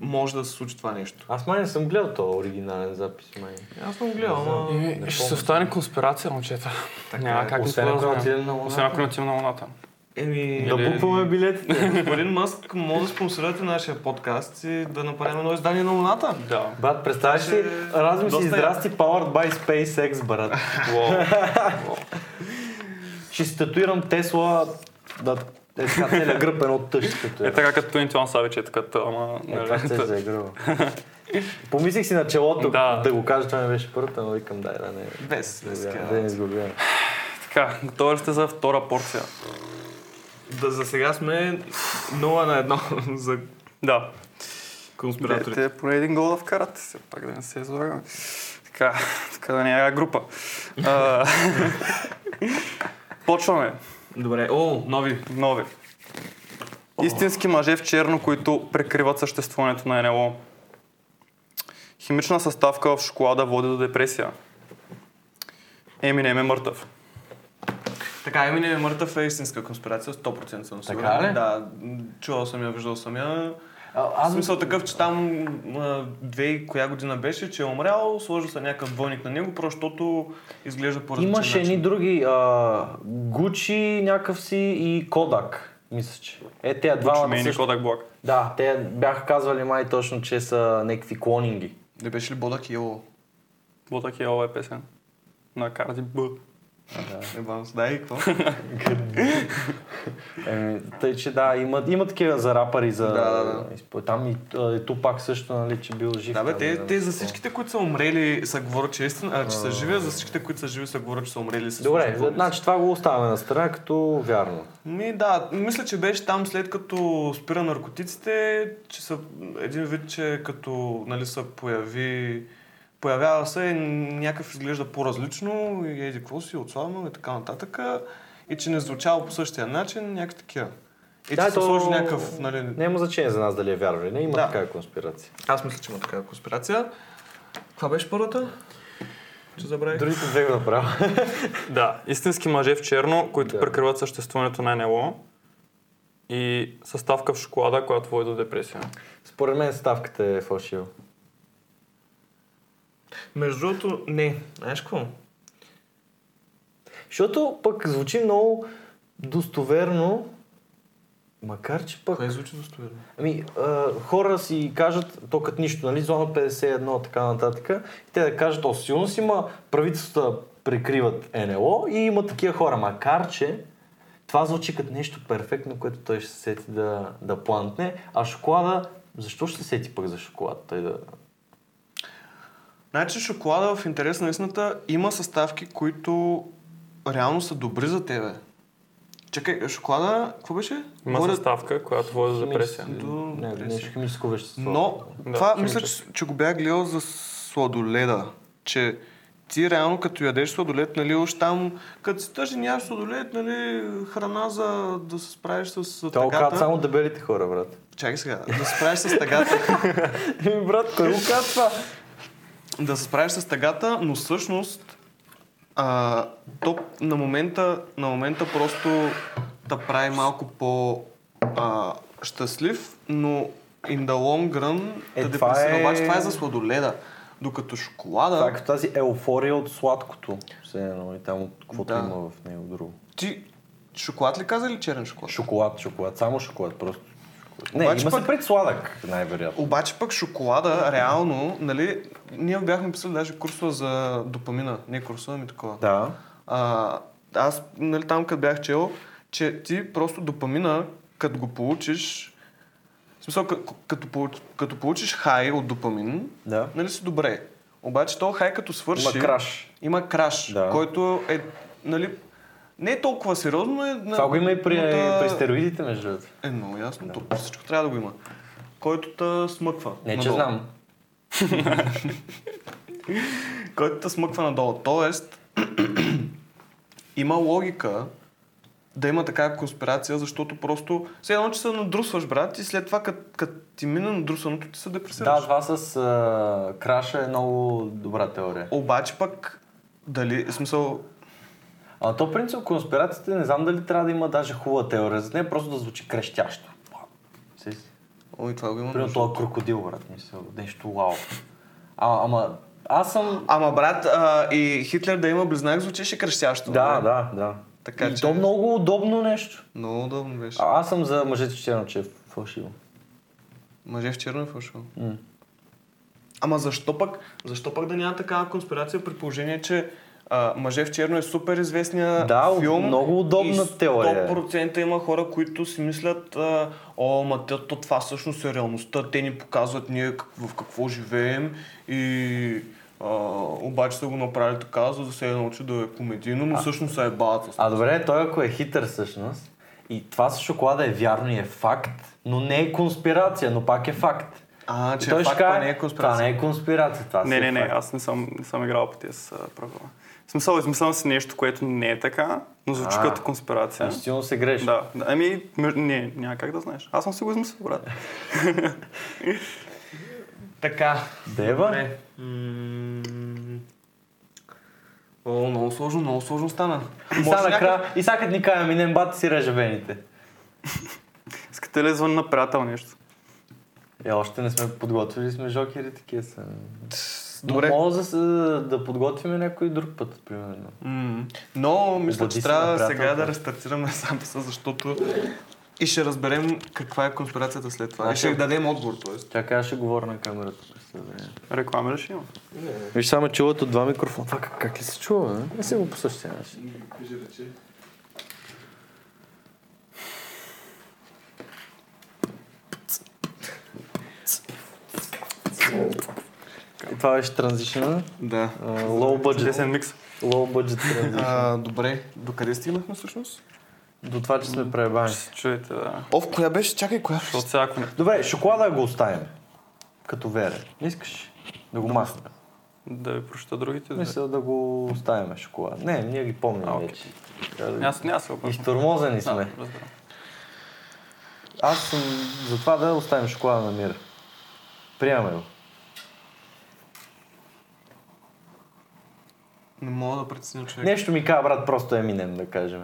Speaker 1: може да се случи това нещо.
Speaker 2: Аз май не съм гледал този оригинален запис, май.
Speaker 1: Аз съм гледал, ама...
Speaker 3: Е, ще се остане конспирация, момчета.
Speaker 1: Така
Speaker 3: Няма
Speaker 1: е.
Speaker 3: как
Speaker 2: Освен
Speaker 3: никога
Speaker 2: ако
Speaker 3: да
Speaker 2: не
Speaker 3: знаем.
Speaker 2: отидем на Луната.
Speaker 3: Освен ако не отидем на Луната.
Speaker 1: Еми, е,
Speaker 2: Да
Speaker 3: Или-
Speaker 2: букваме билетите.
Speaker 1: господин Мъск, може да спонсорирате нашия подкаст и да направим едно издание на Луната.
Speaker 3: Да.
Speaker 2: Брат, представяш си,
Speaker 1: Ще-
Speaker 2: размисли,
Speaker 1: доста е.
Speaker 2: здрасти, powered by SpaceX, брат.
Speaker 3: Уау.
Speaker 2: Ще си татуирам Тесла, да, е така целия гръб едно тъщи
Speaker 3: Е
Speaker 2: татуирам.
Speaker 3: така като 21 Savage, е така тъ, ама...
Speaker 2: Е,
Speaker 3: нали,
Speaker 2: това ще
Speaker 3: тъ-
Speaker 2: се загръва. Помислих си на челото,
Speaker 3: Да.
Speaker 2: да. го кажа, това не беше първата, но викам дай да не.
Speaker 1: Без, без
Speaker 2: Да,
Speaker 1: такива.
Speaker 2: да не изгубя.
Speaker 3: Така, готови ли сте за втора порция?
Speaker 1: Да, за сега сме 0 на 1 за
Speaker 3: Да.
Speaker 1: Конспираторите.
Speaker 3: Те поне един гол да вкарат, все пак да не се излагаме. Така, така да не е група. А, Почваме.
Speaker 1: Добре. О, нови.
Speaker 3: Нови. Истински мъже в черно, които прикриват съществуването на НЛО. Химична съставка в шоколада води до депресия. Еминем е мъртъв.
Speaker 1: Така, Еминем е мъртъв е истинска конспирация, 100% съм сигурен.
Speaker 2: Така ли?
Speaker 1: Да, м, чувал съм я, виждал съм я.
Speaker 2: А,
Speaker 1: Аз смисъл такъв, че там а, две и коя година беше, че е умрял, сложил се някакъв двойник на него, просто защото изглежда по различен
Speaker 2: Имаше едни
Speaker 1: начин.
Speaker 2: други. А, Гучи някакъв си и Кодак, мисля, че. Е, те двамата
Speaker 3: Мейни
Speaker 2: също.
Speaker 3: Кодак Блак.
Speaker 2: Да, те бяха казвали май точно, че са някакви клонинги.
Speaker 1: Не беше ли Бодак и Ело?
Speaker 3: Блотък е ова е песен. На Карди Б.
Speaker 1: Ебам, да и какво?
Speaker 2: Еми, Е, тъй, че да, има, има такива за рапари, за...
Speaker 1: Да, да,
Speaker 2: изп- Там и а, и Тупак също, нали, че бил жив.
Speaker 1: да бе,
Speaker 2: там,
Speaker 1: те,
Speaker 2: да,
Speaker 1: те за
Speaker 2: такова.
Speaker 1: всичките, които са умрели, са говорят, че е истина, а, че са живи, а за всичките, които са живи, са говорят, че са умрели. и са
Speaker 2: Добре,
Speaker 1: случили глупости.
Speaker 2: значи това го оставяме на страна като вярно.
Speaker 1: Ми да, мисля, че беше там след като спира наркотиците, че са един вид, че като нали, са появи, появява се някакъв изглежда по-различно и еди какво си, отслабнал и така нататък. И че не звучало по същия начин, някакви такива. И че се сложи някакъв, нали...
Speaker 2: Няма значение за нас дали е вярно или не, има
Speaker 1: Да.
Speaker 2: такава конспирация.
Speaker 1: Аз мисля, че има такава конспирация. Каква беше първата? Че забравих.
Speaker 2: Другите две го направя.
Speaker 3: Да, истински мъже в черно, които
Speaker 2: Да.
Speaker 3: прикриват съществуването на НЛО и съставка в шоколада, която води до депресия.
Speaker 2: Според мен ставката е фалшива.
Speaker 1: Между другото, не. Знаеш какво?
Speaker 2: Защото пък звучи много достоверно, макар че пък...
Speaker 1: Кое звучи достоверно?
Speaker 2: Ами, а, хора си кажат, то като нищо, нали, зона 51, така нататък, и те да кажат, о, сигурно си има правителствата прикриват НЛО и има такива хора, макар че това звучи като нещо перфектно, което той ще се сети да, да плантне, а шоколада, защо ще се сети пък за шоколад? Той да...
Speaker 1: Значи шоколада в интерес на истината има съставки, които реално са добри за тебе. Чакай, шоколада, какво беше?
Speaker 3: Има
Speaker 1: Говоря-
Speaker 3: съставка, която води до депресия.
Speaker 2: Химическо-
Speaker 1: До
Speaker 2: Не,
Speaker 1: депресия.
Speaker 2: нещо химическо вещество.
Speaker 1: Но
Speaker 3: Да,
Speaker 1: това
Speaker 3: химическо.
Speaker 1: мисля, че, че го бях гледал за сладоледа. Че ти реално като ядеш сладолед, нали, още там, като си тъжен, нямаш сладолед, нали, храна за да се справиш с
Speaker 2: Това го
Speaker 1: тъгата.
Speaker 2: казват само дебелите хора, брат.
Speaker 1: Чакай сега, да се справиш с тъгата. Ами,
Speaker 2: Еми, брат, кой го казва това?
Speaker 1: да се справиш с тъгата, но всъщност а, то на момента, на момента просто да прави малко по а, щастлив, но in the long run
Speaker 2: Е,
Speaker 1: да
Speaker 2: това
Speaker 1: депресира.
Speaker 2: е-
Speaker 1: Обаче това е за сладоледа. Докато шоколада,
Speaker 2: Това е като тази еуфория от сладкото. Все едно и там от каквото
Speaker 1: Да.
Speaker 2: има в него друго.
Speaker 1: ти шоколад ли каза или черен шоколад?
Speaker 2: Шоколад, шоколад, само шоколад, просто. шоколад. Не,
Speaker 1: Обаче
Speaker 2: има
Speaker 1: пък-
Speaker 2: се пред сладък, най-вероятно.
Speaker 1: Обаче пък шоколада, реално, нали, ние бяхме писали даже курсове за допамина. Не курсове, ми такова.
Speaker 2: Да.
Speaker 1: А, аз нали, там къде бях чел, че ти просто допамина, като го получиш, в смисъл, ка- като, получ- като получиш хай от допамин,
Speaker 2: Да.
Speaker 1: нали си добре. Обаче то хай като свърши...
Speaker 2: Има краш.
Speaker 1: Има краш,
Speaker 2: Да.
Speaker 1: който е, нали, не е толкова сериозно, но е... на-
Speaker 2: Това го има и при,
Speaker 1: но та-
Speaker 2: при стероидите, между другото.
Speaker 1: Е, много ясно, то всичко трябва да го има. Който та смъква.
Speaker 2: Не, че
Speaker 1: надолу.
Speaker 2: знам.
Speaker 1: който те смъква надолу. Тоест, има логика да има такава конспирация, защото просто все едно, че се надрусваш, брат, и след това, като ти мине надрусването, ти се
Speaker 2: Да,
Speaker 1: депресираш.
Speaker 2: това с а, краша е много добра теория.
Speaker 1: Обаче пък, дали, в смисъл,
Speaker 2: А то принцип конспирациите, не знам дали трябва да има даже хубава теория. За нея просто да звучи крещящо. Се-
Speaker 1: ой, това го има.
Speaker 2: Примерно
Speaker 1: нужда.
Speaker 2: това крокодил, брат, мисля, нещо вау. А, ама аз съм...
Speaker 1: Ама брат, а, и Хитлер да има близнак звучеше крещящо. нали?
Speaker 2: Да,
Speaker 1: бе.
Speaker 2: да, да.
Speaker 1: Така
Speaker 2: и
Speaker 1: че-
Speaker 2: то много удобно нещо.
Speaker 1: Много удобно беше.
Speaker 2: А, аз съм за мъжете в черно, че е фалшиво.
Speaker 1: Мъже в черно е фалшиво.
Speaker 2: М.
Speaker 1: Ама защо пък, защо пък да няма такава конспирация при положение, че а, Мъже в черно е супер известния
Speaker 2: Да,
Speaker 1: филм.
Speaker 2: много удобна
Speaker 1: и
Speaker 2: теория е.
Speaker 1: 100% има хора, които си мислят, а, о, ма те, то това всъщност е реалността, те ни показват ние как, в какво живеем и а, обаче са го направили така, за да се е научи да е комедийно, но всъщност се е баят.
Speaker 2: А добре, той ако е хитър всъщност, и това с шоколада е вярно и е факт, но не е конспирация, но пак е факт.
Speaker 1: А,
Speaker 2: И
Speaker 1: че
Speaker 2: той
Speaker 1: е
Speaker 2: ще
Speaker 1: факт, това
Speaker 2: каже,
Speaker 1: не е конспирация.
Speaker 2: това не е конспирация. Това си
Speaker 3: Не,
Speaker 2: е
Speaker 3: не, не,
Speaker 2: факт.
Speaker 3: аз не съм, не съм играл по тези а, правила. В смисъл, измислял си нещо, което не е така, но звучи
Speaker 2: А.
Speaker 3: като конспирация.
Speaker 2: Значи силно се греши.
Speaker 3: Да, да, ами, м- не, няма как да знаеш. Аз съм си го измислил, брат.
Speaker 1: Така.
Speaker 2: Дева?
Speaker 1: Добре. М, О, много сложно, много сложно стана.
Speaker 2: И
Speaker 1: Може
Speaker 2: сега
Speaker 1: някак-
Speaker 2: накрая, и сега като ни кажа, минем бат си ръжавените.
Speaker 3: Искате ли да звънна на приятел нещо?
Speaker 2: Е, още не сме подготвили, сме жокери такива са.
Speaker 1: Добре.
Speaker 2: Но Може да, се- да подготвим някой друг път, примерно.
Speaker 1: М, Но мисля,
Speaker 2: Обади
Speaker 1: че
Speaker 2: се
Speaker 1: трябва
Speaker 2: на приятелка.
Speaker 1: сега да рестартираме записа, защото и ще разберем каква е конспирацията след това. И
Speaker 2: Значи-
Speaker 1: ще й дадем отговор, т.е.
Speaker 2: Тя казва, ще говоря на камерата.
Speaker 3: Реклами ли ще има?
Speaker 2: Виж, само чуват от два микрофона. Това как, как ли се чува, бе? Не си го по същия начин. И това беше транзишън.
Speaker 1: Да.
Speaker 2: Low budget.
Speaker 3: Десен микс.
Speaker 2: Low budget transition.
Speaker 1: А, добре, до къде стигнахме всъщност?
Speaker 2: До това, че сме пребани.
Speaker 3: Ще се чуете, да.
Speaker 1: Ов, коя беше? Чакай, коя беше?
Speaker 3: Защото сега, ако не...
Speaker 2: Добре, шоколада го оставим. Като верен. Искаш да го махнем.
Speaker 3: да ви прочета другите, да.
Speaker 2: Мисля да го оставим шоколад. Не, ние ги помним
Speaker 3: А, окей.
Speaker 2: вече. Трябва да ги-
Speaker 3: Аз няма се обаче.
Speaker 2: Изтормозени сме.
Speaker 3: Да, разбирам.
Speaker 2: Аз съм за това да оставим шоколада на мир. Приемаме го.
Speaker 1: Не мога да преценя човек.
Speaker 2: Нещо ми каза, брат, просто Еминем да кажем.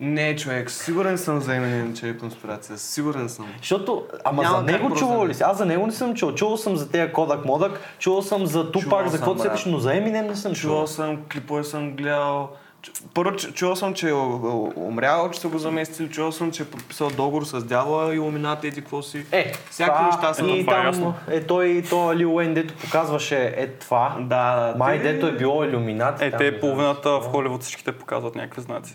Speaker 1: Не, човек, сигурен съм за Eminem, че е конспирация. Сигурен съм.
Speaker 2: Защото, ама
Speaker 1: Няма
Speaker 2: за
Speaker 1: как
Speaker 2: него
Speaker 1: просто
Speaker 2: чувал
Speaker 1: да
Speaker 2: ли
Speaker 1: не.
Speaker 2: си? Аз за него не съм чувал. Чувал съм за тея Кодак Модак, чувал съм за Тупак,
Speaker 1: Чувал
Speaker 2: за
Speaker 1: съм,
Speaker 2: Код
Speaker 1: брат.
Speaker 2: Сепиш, но за Еминем не съм чувал.
Speaker 1: Чувал съм, клипове съм гледал. Чу- Първо, чу- чувал съм, че е у- у- умрял, че са го заместили, чувал съм, че е подписал договор с дявола и умината и какво си.
Speaker 2: Е,
Speaker 1: всякакви
Speaker 2: това-
Speaker 1: неща са, но
Speaker 2: И
Speaker 3: това е
Speaker 2: там
Speaker 3: ясно.
Speaker 2: е той, и то Лил Уейн, дето показваше е това.
Speaker 1: Да, да.
Speaker 2: Май,
Speaker 1: те-
Speaker 2: дето е било иллюминати.
Speaker 3: Е,
Speaker 2: там, не
Speaker 3: те
Speaker 2: знам.
Speaker 3: половината в Холивуд всичките показват някакви знаци.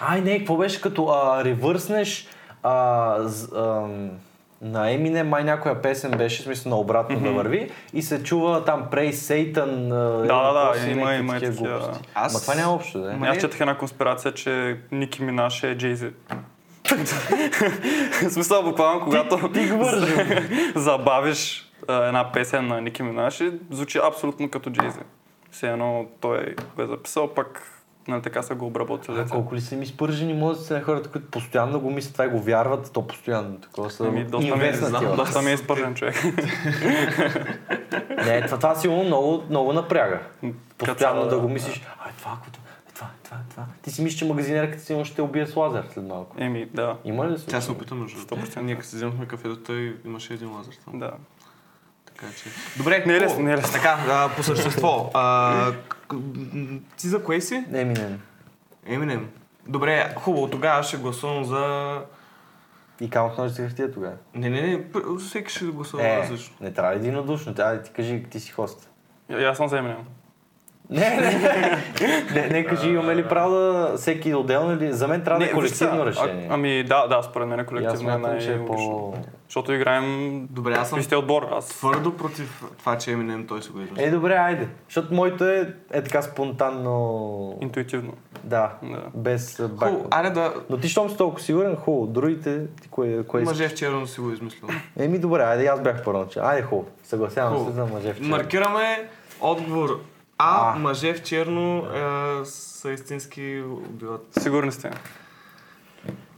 Speaker 2: Ай, не, какво беше като а, ревърснеш а, з, ам, на Емине, май някоя песен беше, в смисъл на обратно да върви и се чува там Прей Сейтън.
Speaker 3: да, да, има- има и такива.
Speaker 2: Аз...
Speaker 1: Аз-
Speaker 2: Ма това няма общо, да е.
Speaker 1: Ма-
Speaker 3: Аз
Speaker 1: не-
Speaker 3: четах една конспирация, че Ники Минаш е Джейзи. В смисъл, буквално, когато
Speaker 2: Ти гвържи.
Speaker 3: забавиш а, една песен на Ники Минаш, и звучи абсолютно като Джейзи. Все едно той го е записал, пък нали, така са го обработили. деца.
Speaker 2: Колко ли са ми спържени мозъци на хората, които постоянно го мислят това и го вярват, то постоянно такова са
Speaker 3: Ами, доста ми, е-
Speaker 2: инвестнати в-
Speaker 3: доста ми е изпържен човек.
Speaker 2: Не, това, това силно много, много напряга. Постоянно
Speaker 3: цяло,
Speaker 2: да
Speaker 3: да,
Speaker 2: го мислиш, а е това, което, е това, е това, е това. Ти си мислиш, че магазинерката сигурно ще те убие с лазер след малко.
Speaker 3: Еми, да.
Speaker 2: Има ли да се
Speaker 1: Тя се опита между другото.
Speaker 3: 100%.
Speaker 1: Ние като си вземахме кафето, той имаше един лазер там.
Speaker 3: Да.
Speaker 1: Така че. Добре,
Speaker 3: Не е
Speaker 1: хубаво.
Speaker 3: лесно, не е лесно.
Speaker 1: Така, а, по същество. А, к- м, ти за кое си?
Speaker 2: Не, ми, не, не.
Speaker 1: Eminem. Добре, хубаво, тогава ще гласувам за...
Speaker 2: И камък ножи за хартия тогава.
Speaker 1: Не, не, не, Е, пр- всеки ще гласува
Speaker 2: Е,
Speaker 1: различно.
Speaker 2: не трябва единодушно. Айде ти кажи, ти си хост.
Speaker 3: И аз съм за Eminem.
Speaker 2: Не, не, не, не кажи, имаме ли право да всеки отделно или... За мен трябва да е
Speaker 3: Не,
Speaker 2: колективно
Speaker 3: вижте сега, а-
Speaker 2: решение.
Speaker 3: ами да, да, според мен е
Speaker 2: И аз
Speaker 3: колективно е
Speaker 2: смятам, че е
Speaker 3: най-логично.
Speaker 2: по...
Speaker 3: Защото играем...
Speaker 1: Добре, аз съм
Speaker 3: Вие сте отбор, аз...
Speaker 1: твърдо против това, че Eminem той се го измисли.
Speaker 2: Е, добре, айде. Защото моето е, е така спонтанно...
Speaker 3: Интуитивно.
Speaker 2: Да,
Speaker 3: Да.
Speaker 2: без а,
Speaker 1: Хубаво,
Speaker 2: бак.
Speaker 1: аре да...
Speaker 2: Но ти, щом си толкова сигурен, хубаво. Другите, ти кое, кое
Speaker 1: Мъже в черно си го е измислил.
Speaker 2: Еми, добре, айде, аз бях първоначално. Айде, хубаво. Съгласявам се
Speaker 1: Хубаво.
Speaker 2: за мъже в черно.
Speaker 1: Маркираме отговор А,
Speaker 2: А.
Speaker 1: мъже в черно е, са истински убиват.
Speaker 3: Сигурни сте.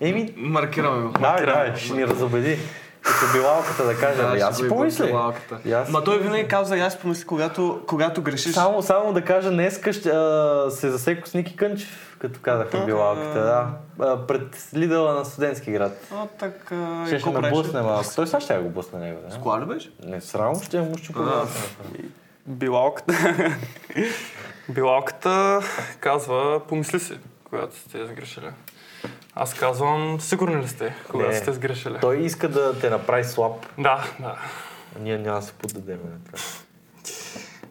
Speaker 2: Еми,
Speaker 1: Маркираме го.
Speaker 2: давай, давай, ще ни разобеди. Като билалката да кажа, да,
Speaker 1: ще
Speaker 2: аз си
Speaker 1: го
Speaker 2: помислих.
Speaker 1: балката.
Speaker 2: И аз си
Speaker 1: Ма той винаги казва, и аз си помисли, когато, когато грешиш.
Speaker 2: Само, само да кажа, днеска ще, а, се засеко с Ники Кънчев, като казахме
Speaker 1: Та-да.
Speaker 2: билалката, да. А, пред Лидъла на студентски град.
Speaker 1: А, така...
Speaker 2: Ще ще ме бусне малко. Той сега ще я го бусне него, да?
Speaker 1: Кола ли беше?
Speaker 2: Не, срамо ще е му щупа. главата.
Speaker 3: Билалката... Билалката казва, помисли си, когато сте сгрешили. Аз казвам, сигурни ли сте, когато
Speaker 2: Не.
Speaker 3: сте сгрешили.
Speaker 2: Той иска да те направи слаб.
Speaker 3: Да, да.
Speaker 2: Ние няма да се поддадем на това.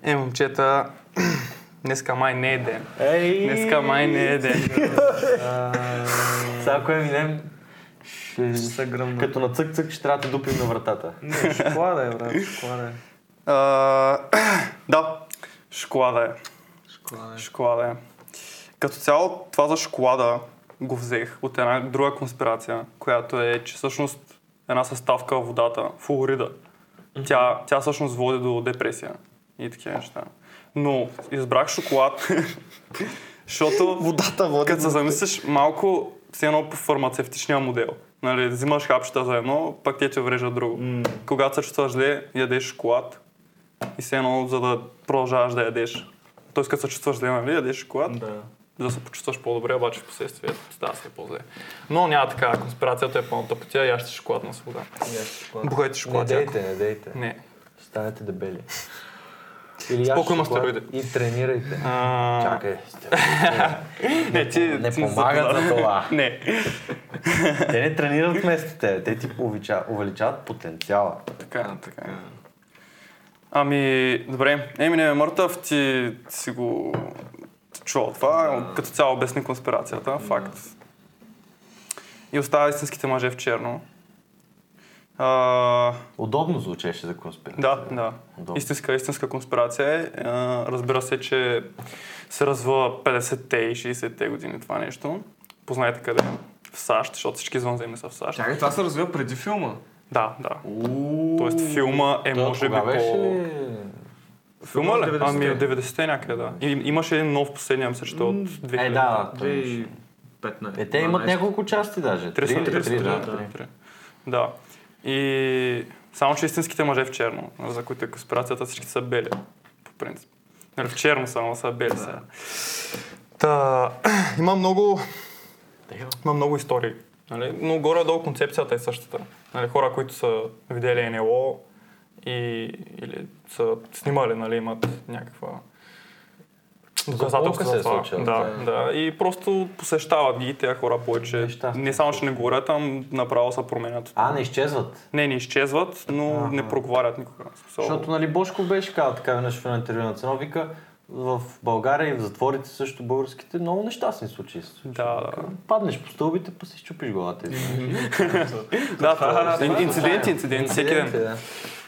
Speaker 3: Е, момчета, днеска май не е ден.
Speaker 2: Ей!
Speaker 3: Днеска май не е ден.
Speaker 2: Сега ако я минем, ще...
Speaker 1: Са гръмна.
Speaker 2: Като на цък-цък ще трябва да те дупим на вратата.
Speaker 1: Не, шоколада е, брат, шоколада е.
Speaker 3: А, да, шоколада е.
Speaker 1: Шоколада е.
Speaker 3: Шоколада е. Като цяло това за шоколада го взех от една друга конспирация, която е, че всъщност една съставка в водата, флуорида. Тя, тя всъщност води до депресия и такива неща. Но избрах шоколад, защото...
Speaker 4: Водата води.
Speaker 3: Като се замислиш малко, все едно по фармацевтичния модел. Нали, взимаш хапчета за едно, пак те ти врежат друго. Когато се чувстваш зле, ядеш шоколад и все едно, за да продължаваш да ядеш. Тоест, като се чувстваш зле, нали, ядеш шоколад,
Speaker 4: Да.
Speaker 3: за да се почувстваш по-добре, обаче в последствие става се по-зле. Но няма така, конспирацията е пълната потия, яще шоколад на свобода. Бухайте
Speaker 2: Не
Speaker 3: шоколад. яко.
Speaker 2: дейте, не дейте.
Speaker 3: Не.
Speaker 2: Станете дебели. Или
Speaker 3: Спокойно
Speaker 2: яжте шоколад
Speaker 3: стероиди.
Speaker 2: И тренирайте.
Speaker 3: А,
Speaker 2: Чакай.
Speaker 3: Не, ти,
Speaker 2: Не
Speaker 3: ти
Speaker 2: помагат за това.
Speaker 3: Не.
Speaker 2: Те не тренират вместо те. Те ти увича- увеличават потенциала.
Speaker 3: Така, така. Ами, добре. Еми не е мъртъв, ти, ти си го чувал това. Като цяло обясни конспирацията, факт. И остава истинските мъже в черно. А,
Speaker 2: Удобно звучеше за конспирация.
Speaker 3: да, да.
Speaker 2: Удобно.
Speaker 3: Истинска, истинска конспирация е. А, разбира се, че се развива 50-те и 60-те години това нещо. Познайте къде. е. В САЩ, защото всички извънземни са в САЩ.
Speaker 1: Чакай, това се развива преди филма.
Speaker 3: Да, да. Тоест филма е
Speaker 2: Той
Speaker 3: може би
Speaker 2: кога
Speaker 3: по... Филма ли?
Speaker 1: Филмът е
Speaker 3: Ами
Speaker 1: 90-те.
Speaker 3: 90-те някъде, да. И, имаше един нов последния, мисля, че той е от 2000.
Speaker 2: Е, да. той-
Speaker 1: 2015.
Speaker 2: Е, те имат няколко части даже.
Speaker 3: Три са,
Speaker 2: Три, три, да.
Speaker 3: да. Да. И само, че истинските мъже в черно, за които е конспирацията, всички са бели, по принцип. Нали, в черно само са бели сега. Та, има много, има много истории. Нали? Но горе-долу концепцията е същата. Нали, хора, които са видели НЛО и, или са снимали, нали, имат някаква
Speaker 2: Заплаха
Speaker 3: доказателство
Speaker 2: се е
Speaker 3: за това.
Speaker 2: случила,
Speaker 3: да, да. И просто посещават ги тези хора повече.
Speaker 2: Нещастни.
Speaker 3: Не само, че не говорят, а направо се променят.
Speaker 2: А, не изчезват.
Speaker 3: Не, не изчезват, но не проговарят никога. В смисъл,
Speaker 2: Защото, нали, Бошко беше казал така веднъж в едно интервю на Цено, вика, в България и в затворите също българските много нещастни случаи се случват.
Speaker 3: Да, да.
Speaker 2: Паднеш по стълбите, па си щупиш главата.
Speaker 3: Да, това е ин- инцидент, инцидент, всеки ден.
Speaker 2: Да.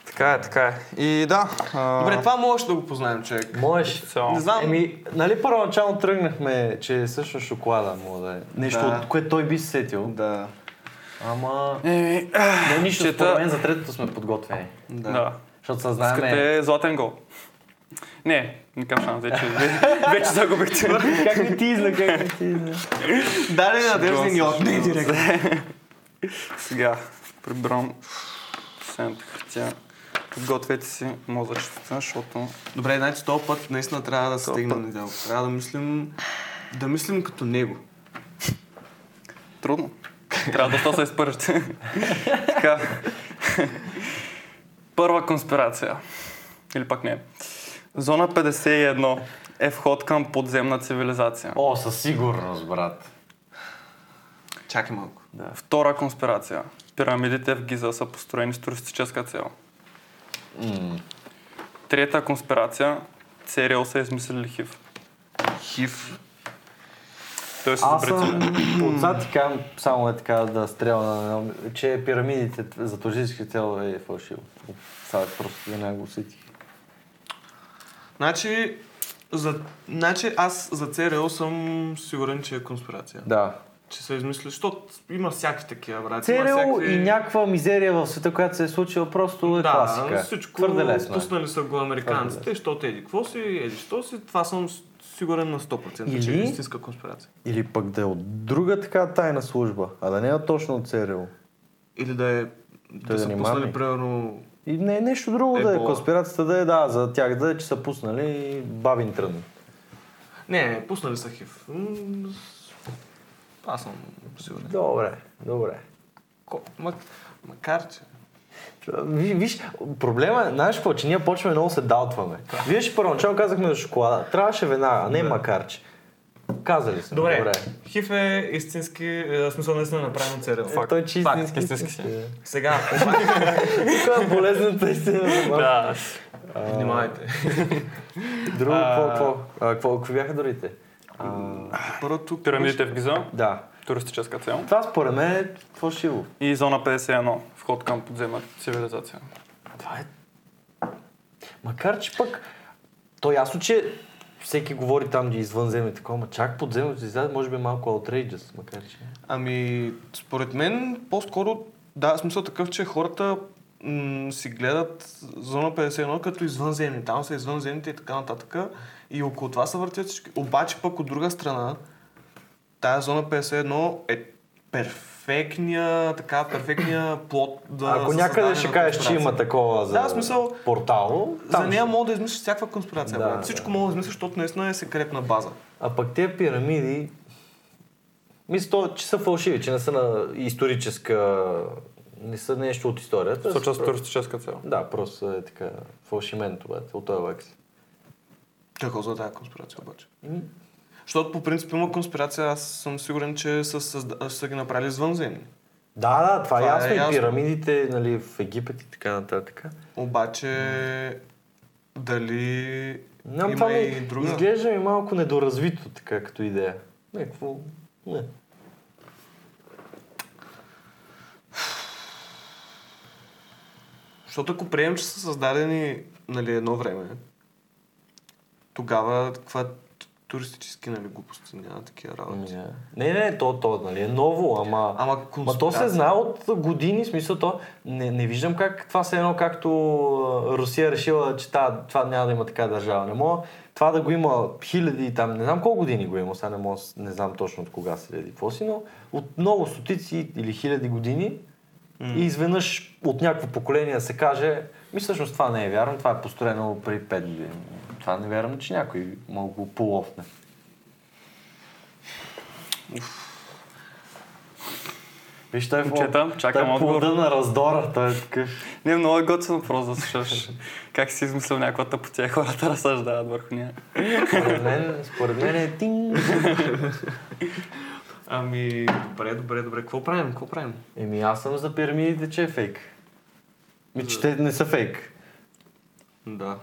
Speaker 3: Така е, така е. И да. а,
Speaker 1: Добре, това можеш да го познаем, човек.
Speaker 2: Можеш.
Speaker 3: цяло.
Speaker 1: Не знам.
Speaker 2: Еми, нали първоначално тръгнахме, че е всъщност шоколада му да е. Нещо,
Speaker 1: Да.
Speaker 2: от което той би се сетил.
Speaker 1: Да.
Speaker 2: Ама...
Speaker 3: Еми,
Speaker 2: Не, нищо,
Speaker 3: Е, чета-
Speaker 2: според мен за третото сме подготвени.
Speaker 1: Да.
Speaker 3: да.
Speaker 2: Защото съзнаем...
Speaker 3: Искате златен гол. Не, не към шанс, вече, ве- вече загубихте.
Speaker 2: Как ми тизна, как ми тизна.
Speaker 1: Да, не, надежда ни отне директно.
Speaker 3: Сега прибрам последната хартия. Подгответе си мозъчетата, защото...
Speaker 1: Добре, значи този път наистина трябва да стигнем недялко. Трябва да мислим, да мислим като него.
Speaker 3: Трудно. Трябва доста да се изпържете. така. Първа конспирация. Или пак не. Зона 51 е вход към подземна цивилизация.
Speaker 2: О, със сигурност, брат.
Speaker 1: Чакай малко.
Speaker 3: Да. Втора конспирация. Пирамидите в Гиза са построени с туристическа цел. Трета конспирация. ЦРЛ са измислили хив.
Speaker 1: Хив.
Speaker 3: Той се
Speaker 2: Аз
Speaker 3: забрети.
Speaker 2: съм отзад ти казвам, само е така да стрела, на едно, че пирамидите за туристически цел е фалшиво. Сега просто да не го усетих.
Speaker 1: Значи, за, значи аз за ЦРЛ съм сигурен, че е конспирация.
Speaker 2: Да.
Speaker 1: Че са измислили, защото има всякакви такива, брат.
Speaker 2: ЦРУ и някаква мизерия в света, която се е случила, просто е
Speaker 1: Да,
Speaker 2: класика.
Speaker 1: всичко
Speaker 2: Твърде лесно е.
Speaker 1: пуснали са го
Speaker 2: Твърде
Speaker 1: американците, защото еди какво си, еди що си, това съм с- сигурен на 100%, че е
Speaker 2: Или-
Speaker 1: истинска конспирация.
Speaker 2: Или пък да е от друга така тайна служба, а да не е точно от ЦРУ.
Speaker 1: Или да е, да,
Speaker 2: да
Speaker 1: са
Speaker 2: ни
Speaker 1: пуснали,
Speaker 2: мами.
Speaker 1: примерно,
Speaker 2: И не е нещо друго да е.
Speaker 1: Ебола.
Speaker 2: Конспирацията да е, да, за тях да е, че са пуснали бабин трън.
Speaker 1: не, пуснали са хив. М, с- Аз съм сигурен.
Speaker 2: Добре, добре.
Speaker 1: Ко- мак- макар че...
Speaker 2: Ви, виж, проблема е, знаеш какво, че ние почваме много се далтваме. Вие ще първоначално казахме за шоколада. Трябваше веднага, а не макар че. Казали сме.
Speaker 1: Добре, хив е истински, е, в смисъл наистина направен ЦРЛ.
Speaker 2: Е, той че
Speaker 1: Факт.
Speaker 2: истински,
Speaker 3: истински
Speaker 2: си.
Speaker 3: си.
Speaker 2: е.
Speaker 1: Сега, обаче,
Speaker 2: Тук е болезната истина.
Speaker 3: Да.
Speaker 1: внимавайте.
Speaker 2: Друго, какво, какво, а, какво, какво бяха другите?
Speaker 1: Първото...
Speaker 3: Пирамидите в Гиза.
Speaker 2: Да.
Speaker 3: Туристическа цел.
Speaker 2: Това според мен е фалшиво.
Speaker 3: И зона 51. Вход към подземна цивилизация.
Speaker 2: Това е... Макар, че пък... То е ясно, че всеки говори там, че е извънземни такова, ма чак подземното излезе, може би е малко outrageous, макар че.
Speaker 1: Ами, според мен, по-скоро Да, смисъл такъв, че хората м- си гледат зона 51 като извънземни. Там са извънземните и така нататък. И около това се въртят всички. Обаче пък от друга страна, тая зона 51 е перфектния, така, перфектния плод да
Speaker 2: Ако
Speaker 1: за
Speaker 2: някъде
Speaker 1: създаване
Speaker 2: ще
Speaker 1: на
Speaker 2: кажеш, че
Speaker 1: конспирация.
Speaker 2: има такова за
Speaker 1: Да, в смисъл,
Speaker 2: портал,
Speaker 1: За
Speaker 2: там ще
Speaker 1: нея мога да измислиш всякаква конспирация.
Speaker 2: Да,
Speaker 1: брат.
Speaker 2: да.
Speaker 1: Всичко мога да измислиш, защото наистина е секретна база.
Speaker 2: А пък те пирамиди, мисля, то, че са фалшиви, че не са на историческа, не са нещо от историята.
Speaker 3: Са част
Speaker 2: Просто-
Speaker 3: от туристическа цел.
Speaker 2: Да, просто е така фалшимент, бе, от този век си.
Speaker 1: Какво за е тази конспирация обаче?
Speaker 2: Ами,
Speaker 1: Защото по принцип има конспирация, аз съм сигурен, че са, създа... са ги направили извънземни.
Speaker 2: Да, да, това, е
Speaker 1: Това е
Speaker 2: ясно.
Speaker 1: ясно.
Speaker 2: И пирамидите, нали, в Египет и така нататък.
Speaker 1: Обаче, дали
Speaker 2: Няма,
Speaker 1: има
Speaker 2: това ми
Speaker 1: и друга?
Speaker 2: изглежда ми малко недоразвито, така като идея. Някакво... Не.
Speaker 1: Защото ако приемем, че са създадени нали, едно време, тогава каква туристически нали, глупости няма такива
Speaker 2: Ами,
Speaker 1: работи.
Speaker 2: Не, не, не, то, то, нали, е ново, ама...
Speaker 1: Ама
Speaker 2: Ма то се
Speaker 1: конспирация.
Speaker 2: знае от години, в смисъл то не, не виждам как това се едно както а, Русия решила, че та, това няма да има така държава. Не мога това да го има хиляди и там, не знам колко години го има, сега не, мога, с- не знам точно от кога се леди какво си, но от много стотици или хиляди години и изведнъж от някакво поколение се каже, ми всъщност това не е вярно, това е построено при 5 години. Това не вярвам, че някой мога го половне. Виж, той е в-
Speaker 3: Момчета, чакам
Speaker 2: той е в
Speaker 3: отговор.
Speaker 2: плода на раздора, той е такъв.
Speaker 3: Не е много готин въпрос да слушаш. как си измислил някаква тъпотия, хората разсъждават върху нея.
Speaker 2: Според мен, според мен е тинг.
Speaker 1: Ами, добре, добре, добре. Какво правим? Какво правим?
Speaker 2: Еми аз съм за пирамидите, че е фейк. Ми, че те не са фейк.
Speaker 1: Да.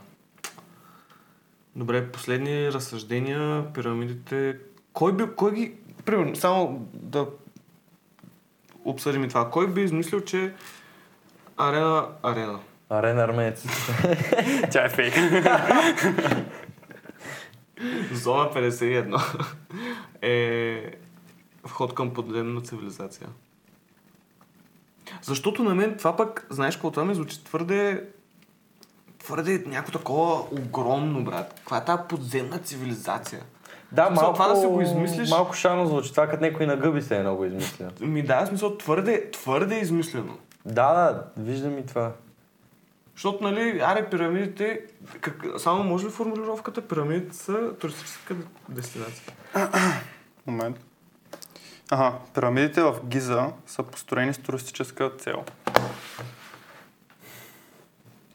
Speaker 1: Добре, последни разсъждения, пирамидите. Кой би, кой ги... Примерно, само да обсъдим и това. Кой би измислил, че арена... Арена.
Speaker 2: Арен армеец.
Speaker 3: Тя е фейк.
Speaker 1: Зона 51 е вход към подземна цивилизация. Защото на мен това пък, знаеш, какво това ми звучи твърде твърде някакво такова огромно, брат. Каква е тази подземна цивилизация?
Speaker 2: Да,
Speaker 1: В смисъл,
Speaker 2: малко,
Speaker 1: това да си го измислиш-
Speaker 2: малко шано звучи. Това като някой на гъби се е много измисля.
Speaker 1: Ми да, в смисъл твърде, твърде измислено.
Speaker 2: Да, да, виждам и това.
Speaker 1: Защото, нали, аре пирамидите, как, само може ли формулировката, пирамидите са туристическа дестинация.
Speaker 4: Момент. Ага, пирамидите в Гиза са построени с туристическа цел.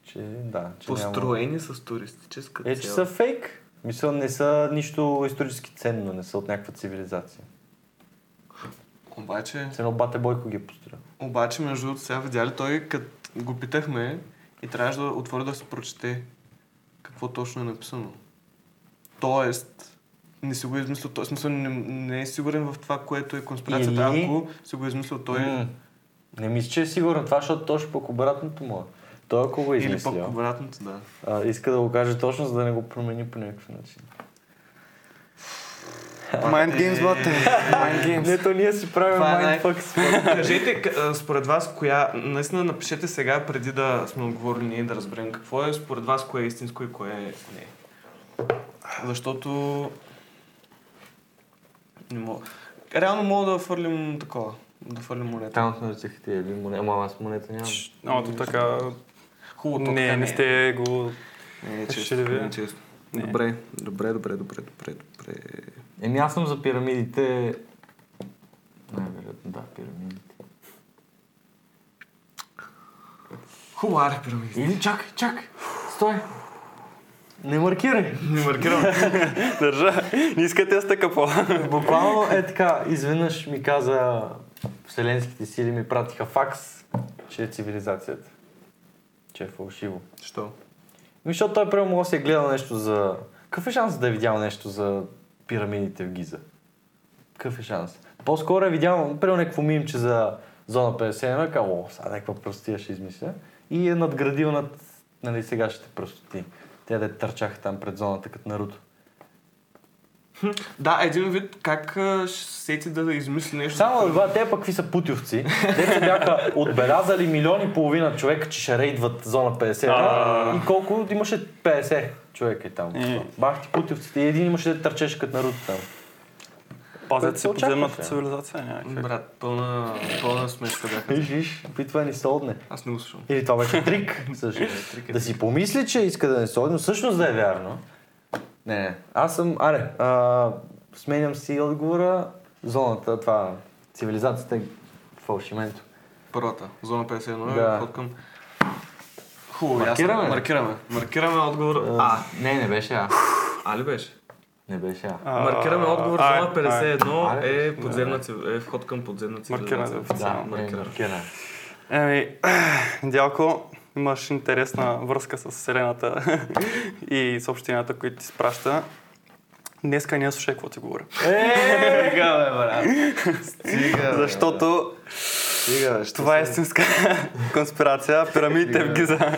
Speaker 2: Че, да, че Няма...
Speaker 1: Построени с туристическа
Speaker 2: Е, че са фейк. Мисля, не са нищо исторически ценно, не са от някаква цивилизация.
Speaker 1: Обаче,
Speaker 2: С едно бате Бойко ги е построил.
Speaker 1: Обаче, между другото, сега видя ли той, като го питахме и трябваше да отвори да се прочете какво точно е написано. Тоест, не си го е измислил, той в смисъл не, не е сигурен в това, което е конспирацията,
Speaker 2: Или-
Speaker 1: ако си го е измислил той.
Speaker 2: М, Не мисля, че е сигурно това, защото точно пък обратното му е. Той ако го е
Speaker 1: или
Speaker 2: измислил,
Speaker 1: пък обратното, да.
Speaker 2: а, иска да го каже точно, за да не го промени по някакъв начин.
Speaker 4: Mind games, брат.
Speaker 1: Е.
Speaker 4: Mind games.
Speaker 2: Не, то ние си правим
Speaker 1: Това е най-
Speaker 2: mindfuck. с-
Speaker 1: Кажете, к- а, според вас, коя... Наистина напишете сега, преди да сме оговорили ние да разберем какво е, според вас, кое е истинско и кое е не. Защото... Не мога. Реално мога да фърлим такова. Да фърлим монета.
Speaker 2: Там сме ръцах ти, или монета, ама аз монета нямам.
Speaker 3: Но то така...
Speaker 1: Хубаво, то така е.
Speaker 3: Не, не сте го...
Speaker 1: Не, е
Speaker 3: Ще
Speaker 1: често.
Speaker 3: ли
Speaker 1: Не,
Speaker 3: вие?
Speaker 1: е често.
Speaker 3: Не.
Speaker 1: Добре, добре, добре, добре, добре, добре.
Speaker 2: Еми аз съм за пирамидите. Най-вероятно, да, пирамидите.
Speaker 1: Хубаво, аре пирамиди.
Speaker 2: Или чакай, чакай, стой. Не маркирай.
Speaker 1: Не маркирам.
Speaker 3: Държа. Не искате да сте капо.
Speaker 2: Буквално е така, изведнъж ми каза Вселенските сили ми пратиха факс, че е цивилизацията. Че е фалшиво.
Speaker 1: Що?
Speaker 2: Ми, Ами, защото той прямо може да си е гледал нещо за... Какъв е шанс да е видял нещо за пирамидите в Гиза? Какъв е шанс? По-скоро е видял, примерно някакво мимче за зона 51, е казал, о, сега някаква простия ще измисля. И е надградил над нали, сегашните простоти. Те да търчаха там пред зоната като Наруто.
Speaker 1: Да, един вид как а, ще се сети да измисли нещо.
Speaker 2: Само това, те пък какви са путевци. Те се бяха отбелязали милион и половина човека, че ще рейдват зона 50.
Speaker 5: А.
Speaker 2: И колко имаше 50 човека и там.
Speaker 3: Е.
Speaker 2: Бах ти путевците. И един имаше да търчеше като Наруто там.
Speaker 3: Пазят се
Speaker 2: Което се
Speaker 1: е.
Speaker 3: подземната
Speaker 2: очакваше.
Speaker 3: цивилизация някак.
Speaker 1: Брат, пълна, пълна смешка бяха.
Speaker 2: Виж, виж, опитва ни се одне.
Speaker 1: Аз не го слушам.
Speaker 2: Или това беше Е, трик, всъщност. да си помисли, че иска да не се одне, но всъщност да е вярно. Не, не. Аз съм, аре, а, сменям си отговора, зоната, това, цивилизацията е фалшименто.
Speaker 1: Първата, зона 51
Speaker 2: Да.
Speaker 1: е ход към... Хубаво,
Speaker 2: Маркираме
Speaker 1: ясно.
Speaker 2: ли?
Speaker 1: Маркираме. Маркираме отговор. А,
Speaker 2: А, не, не беше А.
Speaker 1: а ли беше?
Speaker 2: Не беше А.
Speaker 3: А,
Speaker 1: Маркираме отговор,
Speaker 3: а,
Speaker 1: зона
Speaker 2: а,
Speaker 1: 51
Speaker 2: е.
Speaker 1: е, подземна, цив- е вход към подземна
Speaker 3: Маркираме,
Speaker 1: цивилизация.
Speaker 3: да,
Speaker 2: Да,
Speaker 3: официално.
Speaker 2: не,
Speaker 1: маркираме.
Speaker 2: маркираме.
Speaker 3: Еми, Ами, Дялко, имаш интересна връзка с Вселената и съобщенията, които ти спраща. Днеска не слушай какво ти говоря.
Speaker 2: Е,
Speaker 1: Стига, бе, брат. Стига, бе.
Speaker 3: Защото
Speaker 2: стига, бе, ще
Speaker 3: това е
Speaker 2: се-
Speaker 3: истинска конспирация. Пирамидите в Гиза.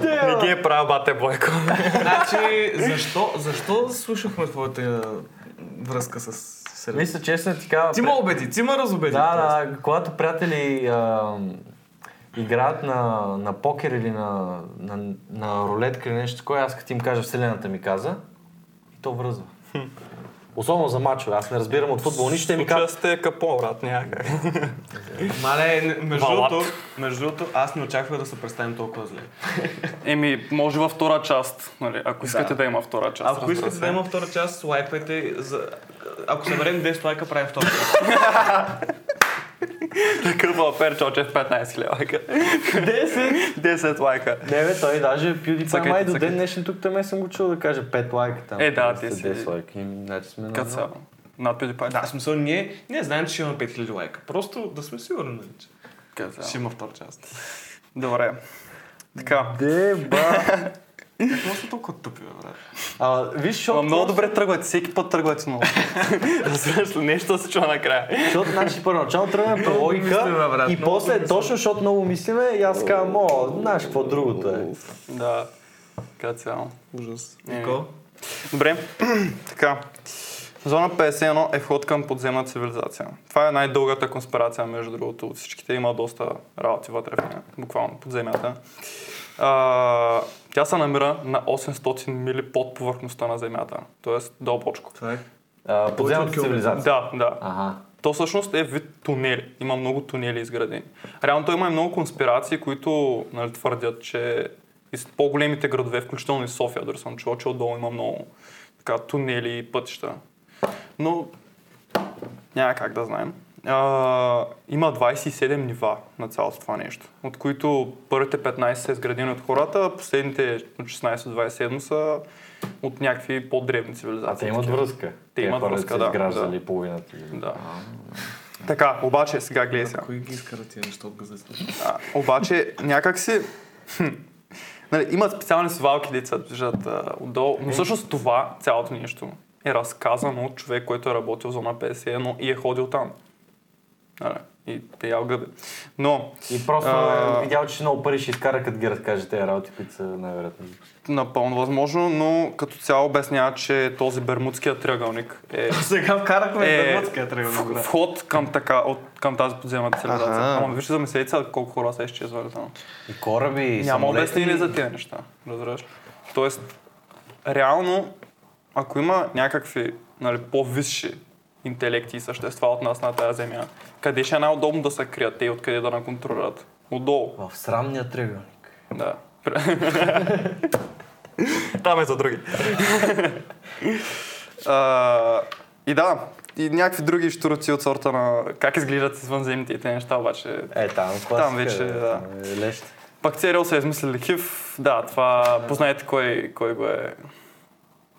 Speaker 5: Не ги е правил бате Бойко.
Speaker 1: Значи, защо, защо слушахме твоята е, връзка с Сергей?
Speaker 2: Мисля, честно ти кажа...
Speaker 1: Ти ме обеди, ти ме разобеди.
Speaker 2: Да, да, когато приятели а, играят на, на покер или на, на, на рулетка или нещо такова, аз като им кажа Вселената ми каза, и то връзва. Особено за мачове, аз не разбирам от футбол, нищо те ми
Speaker 5: Случая
Speaker 2: казват.
Speaker 5: сте капо, брат, някак.
Speaker 1: Мале, не- между
Speaker 5: Валат.
Speaker 1: другото, между другото, аз не очаквах да се представим толкова зле.
Speaker 3: Еми, може във втора част, нали, ако искате да, има втора част.
Speaker 1: Ако
Speaker 3: разбира
Speaker 1: искате
Speaker 3: се.
Speaker 1: да има втора част, лайпайте. За... Ако съберем 10 лайка, правим втора част.
Speaker 3: Такъв алпер Чочев 15 лайка. 10? 10 лайка.
Speaker 2: Не, бе, той даже PewDiePie
Speaker 3: Цъкайте,
Speaker 2: май до ден
Speaker 3: цъкайте.
Speaker 2: днешен тук там съм го чул да каже 5 лайка там.
Speaker 3: Е, да,
Speaker 2: те
Speaker 3: те си-
Speaker 2: 10 лайка. Еми, Значи сме на...
Speaker 3: Като
Speaker 2: едно.
Speaker 3: цяло. Над PewDiePie.
Speaker 1: Да, в смисъл, ние, ние знаем, че ще има 5000 лайка. Просто да сме сигурни, нали, че
Speaker 3: като цяло.
Speaker 1: ще има втора част.
Speaker 3: Добре. Така.
Speaker 2: Деба!
Speaker 1: Какво са толкова тъпи, бе, брат?
Speaker 2: А, виж,
Speaker 3: Ама
Speaker 2: защото...
Speaker 3: много добре тръгвате, всеки път тръгвате много. Разбираш ли, нещо се чува накрая.
Speaker 2: Защото, значи, първоначално тръгваме по логика
Speaker 1: мислиме, брат,
Speaker 2: и
Speaker 1: много
Speaker 2: после точно, защото много мислиме и аз казвам, о, знаеш какво другото е.
Speaker 3: Да. Като цяло.
Speaker 1: Ужас.
Speaker 3: Е.
Speaker 1: Никол?
Speaker 3: Добре, така. Зона 51 е вход към подземна цивилизация. Това е най-дългата конспирация, между другото, от всичките. Има доста работи вътре в нея, буквално под земята. А, тя се намира на 800 мили под повърхността на земята, т.е. дълбочко.
Speaker 1: Това е.
Speaker 2: А, Подземната
Speaker 1: Повече от
Speaker 2: цивилизация.
Speaker 3: Да, да.
Speaker 2: Ага.
Speaker 3: То всъщност е вид тунели. Има много тунели изградени. Реално той има и много конспирации, които нали, твърдят, че из по-големите градове, включително и София, дори съм чувал, че отдолу има много така, тунели и пътища. Но няма как да знаем. А, има 27 нива на цялото това нещо, от които първите 15 са изградени от хората, последните от 16 до 27 са от някакви по-древни
Speaker 2: А
Speaker 3: цивилизации.
Speaker 2: те имат
Speaker 3: Такива.
Speaker 2: връзка.
Speaker 3: имат
Speaker 2: хора
Speaker 3: връзка,
Speaker 2: са
Speaker 3: да,
Speaker 2: изграждали половината.
Speaker 3: Да. Така, обаче сега гледай сега.
Speaker 1: Кой ги изкара тия неща от газета?
Speaker 3: А, обаче някак си... хм, Нали, имат специални свалки, деца държат а, отдолу, но всъщност това цялото нещо е разказано от човек, който е работил в зона 51 и е ходил там. Нали, и те ял гъби. Но
Speaker 2: И просто
Speaker 3: А.
Speaker 2: е видял, че много пари ще изкара, като ги разкаже тези работи, които са най-вероятно.
Speaker 3: напълно възможно, но като цяло обяснява, че този бермудския триъгълник е
Speaker 1: Сега вкарахме
Speaker 3: Е,
Speaker 1: Бермудския
Speaker 3: в-
Speaker 1: триъгълник, брат.
Speaker 3: вход към, така, от, към тази подземна цивилизация.
Speaker 1: Аха.
Speaker 3: Ама вижте за месеца колко хора са изчезвали там.
Speaker 2: И кораби, и
Speaker 3: Няма
Speaker 2: самолети.
Speaker 3: обяснение за тези неща. Разбираш? ли? Тоест, реално, ако има някакви нали, по-висши интелекти и същества от нас на тази земя, къде ще е най-удобно да се крият те и откъде да ни контролират? Отдолу.
Speaker 2: В срамния триъгълник.
Speaker 3: Да.
Speaker 5: Там е за други.
Speaker 3: А, и да, и някакви други штуроци от сорта на как изглеждат извънземните и тези неща, обаче
Speaker 2: Е, там класика.
Speaker 3: вече,
Speaker 2: бе,
Speaker 3: да.
Speaker 2: там е Лещ.
Speaker 3: Пак Церил са измислили хив. Да, това познаете кой, кой го е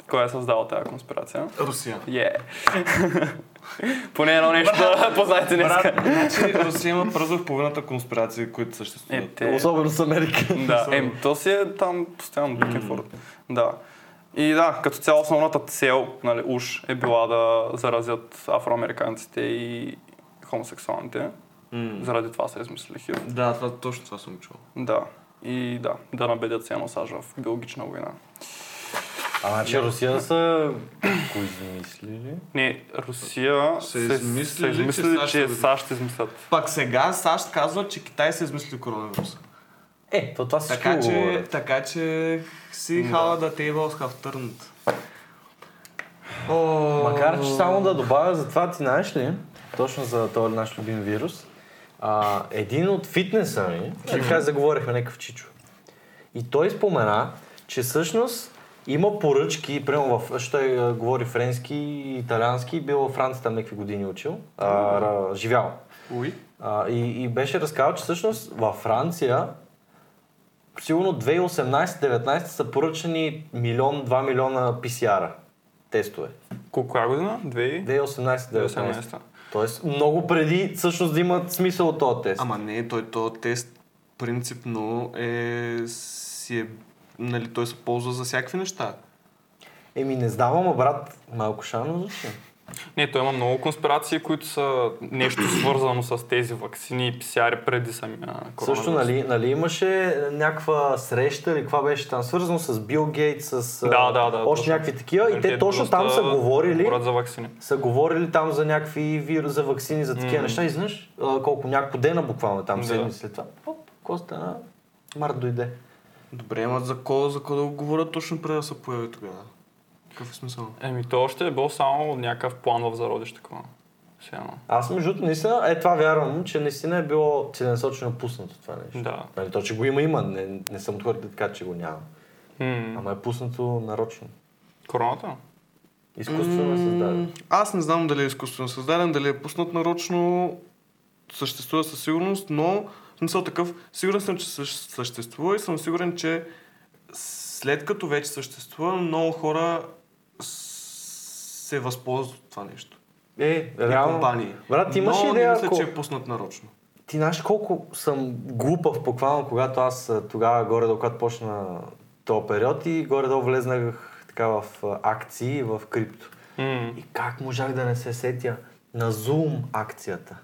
Speaker 3: кой е създал тази конспирация.
Speaker 1: Русия.
Speaker 3: Yeah. Поне едно нещо да познаете днеска.
Speaker 1: Брат, значи Русия има пръзва в половината конспирации, които
Speaker 3: Е,
Speaker 1: съществуват.
Speaker 3: те...
Speaker 2: Особено с Америка.
Speaker 3: Да, е, то си е там постоянно looking for. Да. И да, като цяло основната цел, нали, уж е била да заразят афроамериканците и хомосексуалните.
Speaker 1: М.
Speaker 3: Заради това се измислили хив.
Speaker 1: Да, това, точно това съм чувал.
Speaker 3: Да. И да, да набедят се САЩ в биологична война.
Speaker 2: А значи Русия са го измислили.
Speaker 4: Не, Русия
Speaker 1: Са
Speaker 4: се,
Speaker 1: измислили,
Speaker 4: се
Speaker 1: че
Speaker 4: измислили,
Speaker 1: САЩ
Speaker 4: че
Speaker 1: са-
Speaker 4: САЩ измислят.
Speaker 1: Пак сега САЩ казва, че Китай се измисли коронавируса.
Speaker 2: Е, то това всички
Speaker 1: Така
Speaker 2: го
Speaker 1: че,
Speaker 2: говорят.
Speaker 1: така че си хала да tables have turned. О,
Speaker 2: Макар, че само да добавя за това, ти знаеш ли, точно за този наш любим вирус, а, един от фитнеса ми, е, така заговорихме някакъв чичо, и той спомена, че всъщност има поръчки, примерно в, защото той а, говори френски и италиански, бил във Франция там някакви години учил, а, ра- живял.
Speaker 1: Уи.
Speaker 2: А, и, и беше разказал, че всъщност във Франция сигурно 2018-19 са поръчани милион, 2 милиона PCR-а тестове.
Speaker 4: Колко коя година? Две?
Speaker 2: 2018-19.
Speaker 4: 2018.
Speaker 2: Тоест много преди всъщност да имат смисъл от този тест.
Speaker 1: Ама не, той то тест принципно е, си е, нали, той се ползва за всякакви неща.
Speaker 2: Еми не знам, ама брат, малко шано звучи.
Speaker 4: Не, той има много конспирации, които са нещо свързано с тези вакцини и писяри преди самия
Speaker 2: Също,
Speaker 4: коронавирус.
Speaker 2: нали, нали имаше някаква среща или каква беше там свързано с Бил Гейт, с а,
Speaker 4: Да, да, да.
Speaker 2: още
Speaker 4: точно.
Speaker 2: някакви такива и те точно там
Speaker 4: доста
Speaker 2: са говорили.
Speaker 4: Говорят за вакцини.
Speaker 2: са говорили там за някакви вирус, за вакцини, за такива неща и знаеш а, колко няколко дена буквално там
Speaker 4: Да.
Speaker 2: седмици след това. Оп, Коста, март дойде.
Speaker 1: Добре, ама за кого, за кого да го говорят точно преди да се появи тогава? Какъв е смисъл?
Speaker 4: Еми, то още е бил само някакъв план в зародиш такова. Все едно.
Speaker 2: Аз между другото наистина, е това вярвам, че наистина е било целенасочено пуснато това нещо.
Speaker 4: Да.
Speaker 2: Нали, то, че го има, има. Не, не съм от хората така, че го няма.
Speaker 4: М,
Speaker 2: Ама е пуснато нарочно.
Speaker 4: Короната?
Speaker 2: Изкуствено е създадено.
Speaker 1: Аз не знам дали е изкуствено създаден, дали е пуснат нарочно, съществува със сигурност, но в смисъл такъв, сигурен съм, че същ- съществува и съм сигурен, че след като вече съществува, много хора с- се възползват от това нещо.
Speaker 2: Е,
Speaker 1: И
Speaker 2: реално.
Speaker 1: компании.
Speaker 2: Брат, ти имаш
Speaker 1: но
Speaker 2: идея,
Speaker 1: не мисля,
Speaker 2: ако-
Speaker 1: че е пуснат нарочно.
Speaker 2: Ти знаеш колко съм глупав буквално, когато аз а, тогава горе-долу, когато почна този период и горе-долу влезнах така в а, акции и в крипто.
Speaker 4: М,
Speaker 2: И как можах да не се сетя на Zoom акцията?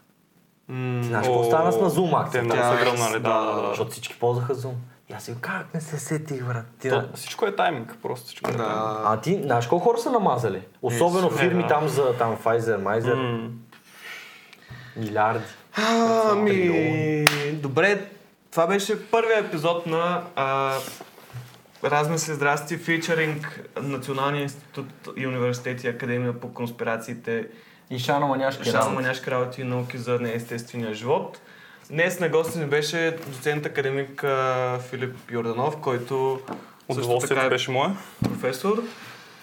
Speaker 2: Ти знаеш
Speaker 4: О,
Speaker 2: Значи, какво стана с на Zoom
Speaker 4: Те
Speaker 2: акцията?
Speaker 4: много
Speaker 1: Тя
Speaker 4: са
Speaker 1: е-
Speaker 4: гръмнали, да,
Speaker 1: да,
Speaker 4: да, да.
Speaker 2: Защото всички ползваха Zoom. И аз си как не се сетих, брат? Ти, да.
Speaker 4: То, всичко е тайминг, просто всичко е тайминг.
Speaker 1: Да.
Speaker 2: А ти, знаеш колко хора са намазали? Особено
Speaker 1: супер,
Speaker 2: фирми
Speaker 4: да.
Speaker 2: там за там Pfizer, Майзер,
Speaker 4: М,
Speaker 2: милиарди.
Speaker 1: Ами, добре, това беше първият епизод на а, Размисли здрасти, фичеринг Националния институт и университет и Академия по конспирациите
Speaker 2: И Шана Маняшки.
Speaker 1: Шана Маняшка работи и науки за неестествения живот. Днес на гости ни беше доцент академик а, Филип Йорданов, който също така
Speaker 4: Удоволствието
Speaker 1: е
Speaker 4: беше мое.
Speaker 1: професор.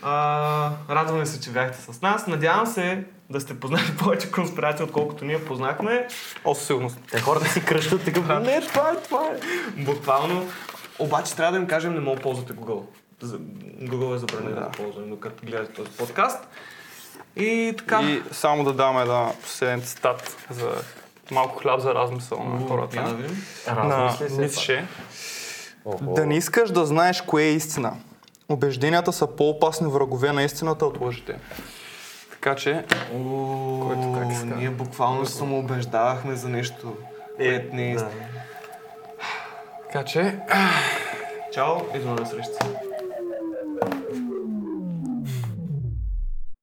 Speaker 1: А, радваме се, че бяхте с нас. Надявам се да сте познали повече конспирации, отколкото ние познахме.
Speaker 4: О, със сигурност.
Speaker 2: Те хората си кръщат така. Не, това е, това е.
Speaker 1: Буквално. Обаче трябва да им кажем, не мога да ползвате Google. За- Google е забранен да. за ползване, докато гледате този подкаст. И така.
Speaker 4: И само да дам една последен цитат за малко хляб за размисъл на
Speaker 1: Я да
Speaker 4: хората.
Speaker 1: видим.
Speaker 4: На
Speaker 2: Размисли се.
Speaker 4: Ницше.
Speaker 2: пак. Охо.
Speaker 4: Да не искаш да знаеш кое е истина. Убежденията са по-опасни врагове на истината от лъжите. Така че,
Speaker 1: О,
Speaker 4: Който как иска.
Speaker 1: Ние буквално се самоубеждавахме за нещо. Е, не е.
Speaker 2: Да.
Speaker 1: истина.
Speaker 4: така че
Speaker 1: Чао и до насреща.